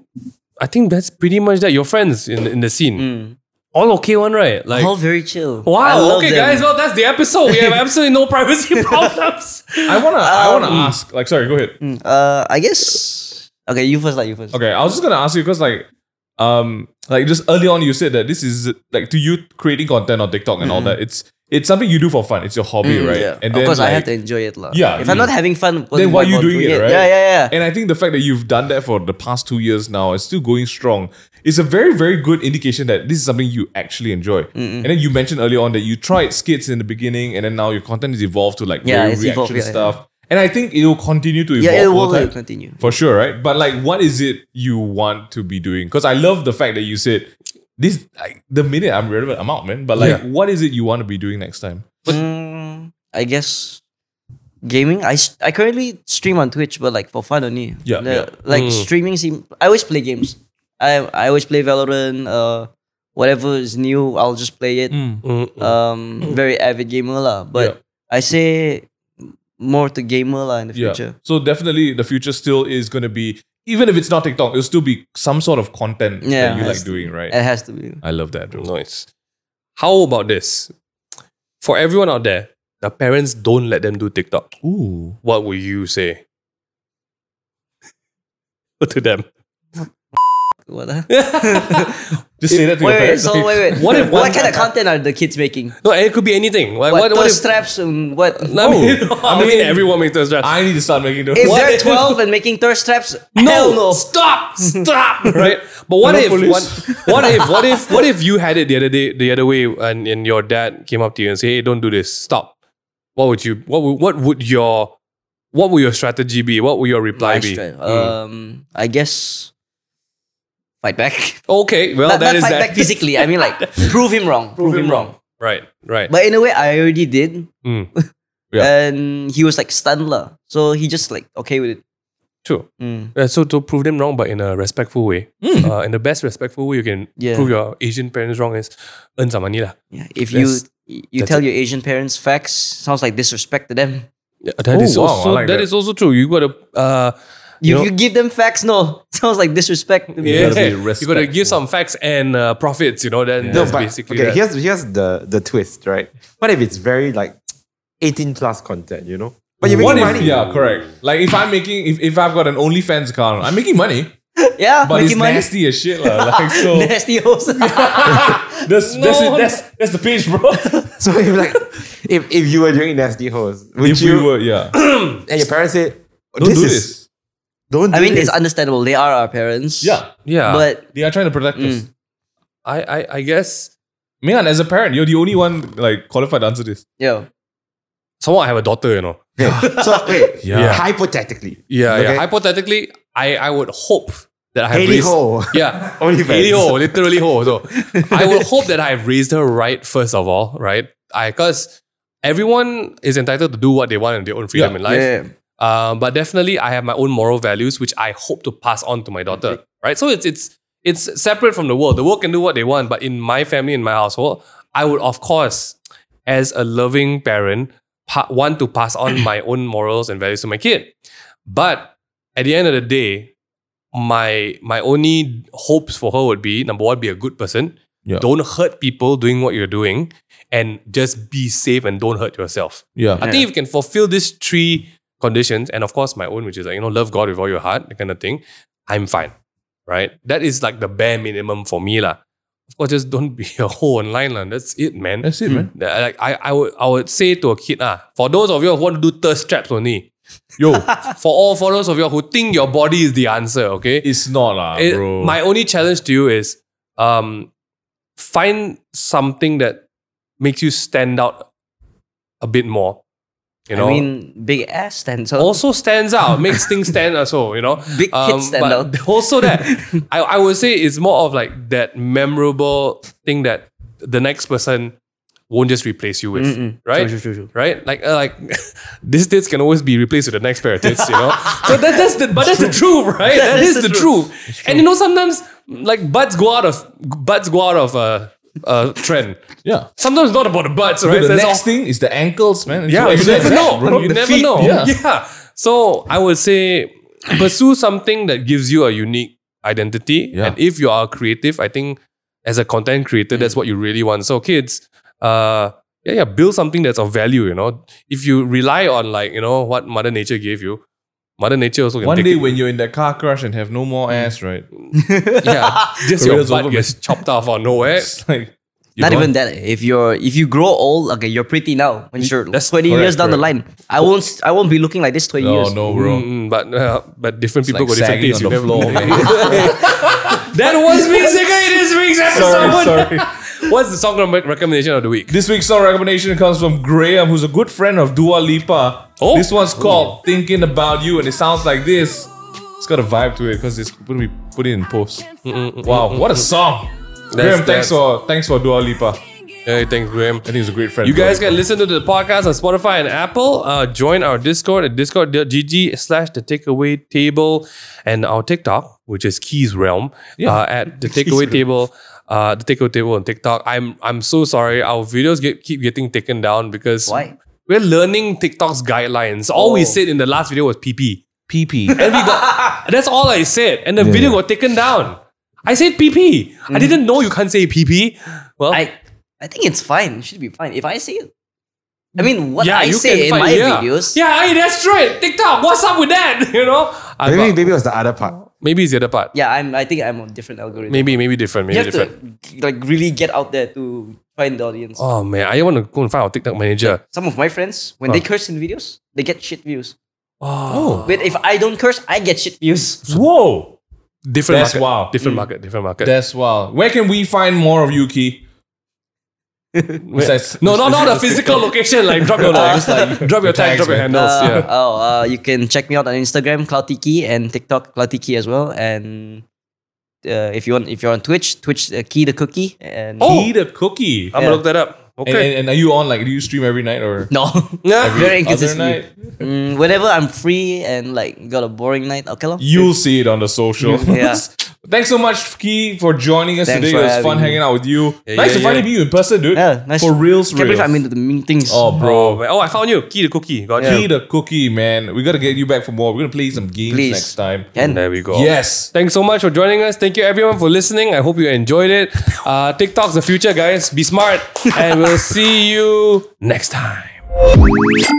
[SPEAKER 1] I think that's pretty much that. Your friends in in the scene, all okay, one right? Like.
[SPEAKER 4] all very chill. Mm. I
[SPEAKER 1] Wow.
[SPEAKER 4] love
[SPEAKER 1] Okay,
[SPEAKER 4] them.
[SPEAKER 1] guys. Well, that's the episode.
[SPEAKER 4] (laughs)
[SPEAKER 1] We have absolutely no privacy problems.
[SPEAKER 3] I wanna, I wanna
[SPEAKER 1] Um,
[SPEAKER 3] ask. Like, sorry, go ahead.
[SPEAKER 4] Mm, uh, I guess. Okay, you first. Like you first.
[SPEAKER 3] Okay, I was just gonna ask you because, like, um, like just early on, you said that this is like to you creating content on TikTok and all
[SPEAKER 1] Mm-hmm.
[SPEAKER 3] that. It's it's something you do for fun. It's your hobby,
[SPEAKER 4] Mm,
[SPEAKER 3] right?
[SPEAKER 4] Yeah.
[SPEAKER 3] And
[SPEAKER 4] of course, I
[SPEAKER 3] like,
[SPEAKER 4] have to enjoy it, lah.
[SPEAKER 3] Yeah,
[SPEAKER 4] If I'm not having fun,
[SPEAKER 3] Then why
[SPEAKER 4] am
[SPEAKER 3] you
[SPEAKER 4] I
[SPEAKER 3] doing it, right?
[SPEAKER 4] Yeah, yeah, yeah.
[SPEAKER 3] And I think the fact that you've done that for the past two years now and still going strong is a very, very good indication that this is something you actually enjoy. And then you mentioned earlier on that you tried skits in the beginning and then now your content has evolved to like
[SPEAKER 4] Yeah,
[SPEAKER 3] very
[SPEAKER 4] it's
[SPEAKER 3] reaction
[SPEAKER 4] evolved, yeah, yeah.
[SPEAKER 3] stuff. And I think it will continue to evolve.
[SPEAKER 4] yeah, it
[SPEAKER 3] over
[SPEAKER 4] will
[SPEAKER 3] time.
[SPEAKER 4] like, continue.
[SPEAKER 3] For sure, right? But like, what is it you want to be doing? Because I love the fact that you said this. Like, the minute I'm relevant, I'm out, man. But like,
[SPEAKER 1] Yeah.
[SPEAKER 3] what is it you want to be doing next time?
[SPEAKER 4] Mm, I guess gaming. I s- I currently stream on Twitch, but like for fun only.
[SPEAKER 3] Yeah,
[SPEAKER 4] The-
[SPEAKER 3] yeah.
[SPEAKER 4] Like
[SPEAKER 1] Mm.
[SPEAKER 4] streaming seem. I always play games. I I always play Valorant. Uh, whatever is new, I'll just play it.
[SPEAKER 1] Mm,
[SPEAKER 4] Um, very avid gamer lah. But I say more to gamer lah in the future.
[SPEAKER 3] So definitely, the future still is going to be, even if it's not TikTok, it'll still be some sort of content
[SPEAKER 4] Yeah.
[SPEAKER 3] that you
[SPEAKER 4] Has
[SPEAKER 3] like
[SPEAKER 4] to
[SPEAKER 3] doing, right?
[SPEAKER 4] It has to be.
[SPEAKER 3] I love that. Bro.
[SPEAKER 1] nice. How about this? For everyone out there, the parents don't let them do TikTok.
[SPEAKER 3] Ooh,
[SPEAKER 1] What would you say (laughs) to them?
[SPEAKER 4] What? huh?
[SPEAKER 3] just say that to your
[SPEAKER 4] wait, wait,
[SPEAKER 3] parents.
[SPEAKER 4] so
[SPEAKER 3] like,
[SPEAKER 4] wait, wait.
[SPEAKER 1] What if one-
[SPEAKER 4] what kind of content are the kids making?
[SPEAKER 1] No, and it could be anything. Like,
[SPEAKER 4] What,
[SPEAKER 1] what, what
[SPEAKER 4] thirst
[SPEAKER 1] if,
[SPEAKER 4] traps and what? Oh,
[SPEAKER 1] I mean,
[SPEAKER 3] Oh.
[SPEAKER 1] (laughs) I mean, everyone makes those traps.
[SPEAKER 3] I need to start making those.
[SPEAKER 4] If
[SPEAKER 1] What
[SPEAKER 4] they're
[SPEAKER 1] if-
[SPEAKER 4] 12 and making thirst traps,
[SPEAKER 1] no,
[SPEAKER 4] hell no.
[SPEAKER 1] stop, stop,
[SPEAKER 4] (laughs)
[SPEAKER 1] right? But what if,
[SPEAKER 3] Monopolies.
[SPEAKER 1] what, (laughs) what if, what if, what if you had it the other day, the other way, and, and your dad came up to you and said, "Hey, don't do this. Stop." What would you? What would, what would your, what would your strategy be? What would your reply
[SPEAKER 4] My
[SPEAKER 1] be?
[SPEAKER 4] strat-
[SPEAKER 1] Mm.
[SPEAKER 4] Um, I guess fight back. (laughs)
[SPEAKER 1] okay, well,
[SPEAKER 4] not
[SPEAKER 1] Oh, that
[SPEAKER 4] not
[SPEAKER 1] is
[SPEAKER 4] fight
[SPEAKER 1] that.
[SPEAKER 4] back physically. I mean, like prove him wrong. Prove, him wrong.
[SPEAKER 1] (laughs) Right, right.
[SPEAKER 4] But in a way, I already did, (laughs)
[SPEAKER 1] Mm,
[SPEAKER 3] Yeah.
[SPEAKER 4] and he was like stunned lah. So he just like okay with it.
[SPEAKER 1] true.
[SPEAKER 4] Mm.
[SPEAKER 1] Uh, so to prove them wrong, but in a respectful way, uh, in the best respectful way you can
[SPEAKER 4] Hmm. Yeah.
[SPEAKER 1] prove your Asian parents wrong is earn some money lah.
[SPEAKER 4] Yeah. If
[SPEAKER 1] That's-
[SPEAKER 4] you you
[SPEAKER 1] that's
[SPEAKER 4] tell your Asian parents facts, sounds like disrespect to them.
[SPEAKER 1] Yeah, Uh, that
[SPEAKER 3] Oh,
[SPEAKER 1] is
[SPEAKER 3] wow,
[SPEAKER 1] also
[SPEAKER 3] I like
[SPEAKER 1] that
[SPEAKER 3] that.
[SPEAKER 1] is also true. You gotta uh,
[SPEAKER 4] If
[SPEAKER 1] you
[SPEAKER 4] you,
[SPEAKER 1] know,
[SPEAKER 4] give them facts, no, (laughs) sounds like disrespect. To me.
[SPEAKER 1] yeah,
[SPEAKER 3] gotta be
[SPEAKER 1] (laughs) you gotta give some facts and uh, profits. You know, then that's
[SPEAKER 2] but-
[SPEAKER 1] basically
[SPEAKER 2] okay,
[SPEAKER 1] that.
[SPEAKER 2] here's here's the the twist, right? What if it's very like 18 plus content, you know?
[SPEAKER 4] oh,
[SPEAKER 2] But you're
[SPEAKER 3] What if,
[SPEAKER 2] making money.
[SPEAKER 3] yeah, correct. Like if I'm making, if, if I've got an OnlyFans account, I'm making money,
[SPEAKER 4] Yeah,
[SPEAKER 3] but it's
[SPEAKER 4] making money. (laughs)
[SPEAKER 3] nasty as shit, lah. Like so, that's
[SPEAKER 4] Nasty
[SPEAKER 1] (laughs)
[SPEAKER 4] hoes.
[SPEAKER 3] that's,
[SPEAKER 1] No.
[SPEAKER 3] it, that's that's the page, bro.
[SPEAKER 2] (laughs) So if like if, if you were doing nasty hoes, would
[SPEAKER 3] if
[SPEAKER 2] you
[SPEAKER 3] we were,
[SPEAKER 4] (clears throat)
[SPEAKER 3] yeah,
[SPEAKER 2] and your parents said,
[SPEAKER 3] don't do
[SPEAKER 2] is-
[SPEAKER 3] this.
[SPEAKER 2] Don't do
[SPEAKER 4] I mean,
[SPEAKER 2] this.
[SPEAKER 4] it's understandable. They are our parents.
[SPEAKER 3] Yeah,
[SPEAKER 1] yeah,
[SPEAKER 4] But
[SPEAKER 3] they are trying to protect us.
[SPEAKER 4] Mm.
[SPEAKER 1] I, I I guess
[SPEAKER 3] Man, as a parent, you're the only one like qualified to answer this.
[SPEAKER 4] yeah,
[SPEAKER 1] someone I have a daughter. You know,
[SPEAKER 2] Okay, (laughs) so wait,
[SPEAKER 1] Yeah.
[SPEAKER 2] hypothetically.
[SPEAKER 1] yeah,
[SPEAKER 2] Okay.
[SPEAKER 1] yeah. Hypothetically, I I would hope that I have
[SPEAKER 2] Hailey
[SPEAKER 1] raised
[SPEAKER 2] Ho.
[SPEAKER 1] yeah
[SPEAKER 2] (laughs) Only
[SPEAKER 1] Hailey
[SPEAKER 2] fans.
[SPEAKER 1] ho, literally ho.
[SPEAKER 2] (laughs)
[SPEAKER 1] So I would hope that I've raised her right first of all, right? I because everyone is entitled to do what they want in their own freedom
[SPEAKER 3] Yeah.
[SPEAKER 1] in life. Um, but definitely, I have my own moral values, which I hope to pass on to my daughter. Right. So it's it's it's separate from the world. The world can do what they want, but in my family, in my household, I would of course, as a loving parent, pa- want to pass on my own morals and values to my kid. But at the end of the day, my my only hopes for her would be number one, be a good person.
[SPEAKER 3] Yeah.
[SPEAKER 1] Don't hurt people doing what you're doing, and just be safe and don't hurt yourself.
[SPEAKER 3] Yeah.
[SPEAKER 1] I think if you can fulfill these three conditions, and of course my own, which is like, you know, love God with all your heart, that kind of thing, I'm fine. right? That is like the bare minimum for me, lah. Of course, just don't be (laughs) a whole online, lah. That's it, man.
[SPEAKER 3] That's it,
[SPEAKER 4] Hmm.
[SPEAKER 3] man.
[SPEAKER 1] That- Like I, I would, I would say to a kid, ah, for those of you who want to do thirst traps only,
[SPEAKER 3] (laughs) Yo,
[SPEAKER 1] for all for those of you who think your body is the answer, okay?
[SPEAKER 3] it's not lah,
[SPEAKER 1] It-
[SPEAKER 3] Ah, bro.
[SPEAKER 1] my only challenge to you is, um, find something that makes you stand out a bit more. You know,
[SPEAKER 4] I mean, big ass stands out.
[SPEAKER 1] also stands
[SPEAKER 4] (laughs)
[SPEAKER 1] out, makes things stand out. So you know, Um,
[SPEAKER 4] Big kids stand
[SPEAKER 1] but (laughs)
[SPEAKER 4] out.
[SPEAKER 1] Also,
[SPEAKER 4] (laughs)
[SPEAKER 1] that I, I would say it's more of like that memorable thing that the next person won't just replace you with,
[SPEAKER 4] Mm-mm.
[SPEAKER 1] right?
[SPEAKER 4] True, true, true, true.
[SPEAKER 1] Right, like uh, like (laughs) these tits can always be replaced with the next pair of tits, you know. so that, that's the but that's the truth, right? that is, the truth. And you know, sometimes like butts go out of butts go out of uh, uh trend.
[SPEAKER 3] yeah.
[SPEAKER 1] Sometimes it's not about the butts, right?
[SPEAKER 3] Dude, the
[SPEAKER 1] That's
[SPEAKER 3] next
[SPEAKER 1] all-
[SPEAKER 3] thing is the ankles, man. It's
[SPEAKER 1] yeah,
[SPEAKER 3] like
[SPEAKER 1] you
[SPEAKER 3] that,
[SPEAKER 1] never know.
[SPEAKER 3] bro.
[SPEAKER 1] You
[SPEAKER 3] The
[SPEAKER 1] never
[SPEAKER 3] feet,
[SPEAKER 1] know.
[SPEAKER 3] Yeah.
[SPEAKER 1] So I would say pursue something that gives you a unique identity.
[SPEAKER 3] Yeah.
[SPEAKER 1] And if you are creative, I think as a content creator,
[SPEAKER 3] Mm.
[SPEAKER 1] that's what you really want. So kids, uh yeah, yeah, build something that's of value, you know. If you rely on like, you know, what Mother Nature gave you, Mother Nature also can
[SPEAKER 3] (laughs) One
[SPEAKER 1] take
[SPEAKER 3] day
[SPEAKER 1] it.
[SPEAKER 3] when you're in that car crash and have no more
[SPEAKER 1] Mm.
[SPEAKER 3] ass, right? (laughs)
[SPEAKER 1] yeah, just your
[SPEAKER 3] Career's
[SPEAKER 1] butt
[SPEAKER 3] over,
[SPEAKER 1] gets chopped off or nowhere.
[SPEAKER 3] It's like you
[SPEAKER 4] Not
[SPEAKER 3] don't-
[SPEAKER 4] even that. If you're if you grow old, okay, you're pretty now. When you're
[SPEAKER 1] That's
[SPEAKER 4] twenty
[SPEAKER 3] correct,
[SPEAKER 4] years down the line, I won't s- I won't be looking like this twenty
[SPEAKER 3] No,
[SPEAKER 4] years.
[SPEAKER 3] oh, no, (laughs) bro.
[SPEAKER 1] Mm, but uh, but different people
[SPEAKER 3] Like
[SPEAKER 1] got different
[SPEAKER 3] sagging
[SPEAKER 1] tastes.
[SPEAKER 3] on
[SPEAKER 1] You
[SPEAKER 3] the
[SPEAKER 1] never
[SPEAKER 3] floor,
[SPEAKER 1] know.
[SPEAKER 3] man.
[SPEAKER 1] (laughs) That was music in this week's episode.
[SPEAKER 3] sorry,
[SPEAKER 1] (laughs)
[SPEAKER 3] sorry.
[SPEAKER 1] What's the song rec- recommendation of the week?
[SPEAKER 3] This week's song recommendation comes from Graham, who's a good friend of Dua Lipa.
[SPEAKER 1] Oh.
[SPEAKER 3] This one's called Thinking About You, and it sounds like this. It's got a vibe to it because it's going to be put in
[SPEAKER 1] Mm,
[SPEAKER 3] post. Wow, what a song! Graham,
[SPEAKER 1] that's-
[SPEAKER 3] thanks for thanks for Dua Lipa. I
[SPEAKER 1] Hey, thanks, Graham.
[SPEAKER 3] think he's a great friend.
[SPEAKER 1] You
[SPEAKER 3] Dua
[SPEAKER 1] guys
[SPEAKER 3] Lipa.
[SPEAKER 1] can listen to the podcast on Spotify and Apple. Uh, join our Discord at discord.gg slash the takeaway table and our TikTok, which is Keys Realm, uh, at the takeaway table. Uh, the takeaway table on TikTok. I'm I'm so sorry. Our videos get keep getting taken down because
[SPEAKER 4] Why?
[SPEAKER 1] we're learning TikTok's guidelines. All we
[SPEAKER 4] Oh.
[SPEAKER 1] said in the last video was PP. (laughs)
[SPEAKER 3] PP.
[SPEAKER 1] And we got that's all I said. And the video got taken down. I said PP. I didn't know you can't say PP. Well,
[SPEAKER 4] I I think it's fine. It should be fine. If I say it, I mean, what I
[SPEAKER 1] you
[SPEAKER 4] say in
[SPEAKER 1] can find-
[SPEAKER 4] my
[SPEAKER 1] yeah.
[SPEAKER 4] videos.
[SPEAKER 1] Yeah, hey, that's right. TikTok, what's up with that? (laughs) You know, I
[SPEAKER 2] Maybe,
[SPEAKER 1] got-
[SPEAKER 2] maybe it was the other part.
[SPEAKER 1] maybe it's the other part.
[SPEAKER 4] yeah. I'm. I think I'm on different algorithm.
[SPEAKER 1] Maybe maybe different. Maybe
[SPEAKER 4] you have
[SPEAKER 1] different.
[SPEAKER 4] to like really get out there to find the audience.
[SPEAKER 1] Oh man, I want to go and find our TikTok manager.
[SPEAKER 4] Some of my friends, when they curse in videos, they get shit views.
[SPEAKER 1] Oh,
[SPEAKER 4] But if I don't curse, I get shit
[SPEAKER 1] (laughs)
[SPEAKER 4] views.
[SPEAKER 3] Whoa,
[SPEAKER 1] different
[SPEAKER 3] That's
[SPEAKER 1] market.
[SPEAKER 3] wow.
[SPEAKER 1] Different market. Different market.
[SPEAKER 3] that's wow. Where can we find more of Yuki? Besides-
[SPEAKER 1] no, no, not a physical location. Like drop your tag, drop your
[SPEAKER 3] the
[SPEAKER 1] tag,
[SPEAKER 3] tags,
[SPEAKER 1] drop your
[SPEAKER 3] man.
[SPEAKER 1] handles.
[SPEAKER 4] Uh,
[SPEAKER 1] yeah.
[SPEAKER 4] Oh, uh, you can check me out on Instagram, Cloutiki, and TikTok, Cloutiki as well. And uh, if you want, if you're on Twitch, Twitch uh, Key the Cookie. And
[SPEAKER 1] Oh.
[SPEAKER 3] Eat a cookie.
[SPEAKER 1] I'm
[SPEAKER 4] yeah.
[SPEAKER 1] gonna look that up.
[SPEAKER 3] And,
[SPEAKER 1] Okay.
[SPEAKER 3] and, and are you on like? Do you stream every night or
[SPEAKER 4] (laughs) no,
[SPEAKER 1] Nah.
[SPEAKER 4] (laughs) very
[SPEAKER 3] other
[SPEAKER 4] inconsistent.
[SPEAKER 3] night?
[SPEAKER 4] Mm, whenever I'm free and like got a boring night, okay, lor.
[SPEAKER 3] You'll see it on the social.
[SPEAKER 4] (laughs) yeah.
[SPEAKER 3] (laughs) Thanks so much, Key, for joining us
[SPEAKER 4] Thanks
[SPEAKER 3] today.
[SPEAKER 4] for
[SPEAKER 3] It was
[SPEAKER 4] having
[SPEAKER 3] fun
[SPEAKER 4] me.
[SPEAKER 3] hanging out with you.
[SPEAKER 1] Yeah,
[SPEAKER 3] nice
[SPEAKER 1] yeah,
[SPEAKER 3] to finally
[SPEAKER 1] yeah.
[SPEAKER 3] be you in person, dude.
[SPEAKER 4] yeah, nice.
[SPEAKER 3] For reals,
[SPEAKER 4] Can't believe
[SPEAKER 3] reals.
[SPEAKER 4] I'm into the meetings.
[SPEAKER 3] Oh,
[SPEAKER 1] Oh,
[SPEAKER 3] bro.
[SPEAKER 1] man. oh, I found you. Key the cookie. Got
[SPEAKER 3] Key
[SPEAKER 1] you.
[SPEAKER 3] the cookie, man. We got to get you back for more. We're going to play some games
[SPEAKER 4] Please.
[SPEAKER 3] next time.
[SPEAKER 4] and
[SPEAKER 1] There we go.
[SPEAKER 3] Yes.
[SPEAKER 1] Thanks so much for joining us. Thank you everyone for listening. I hope you enjoyed it. Uh, TikTok's the future, guys. Be smart, and we'll see you next time.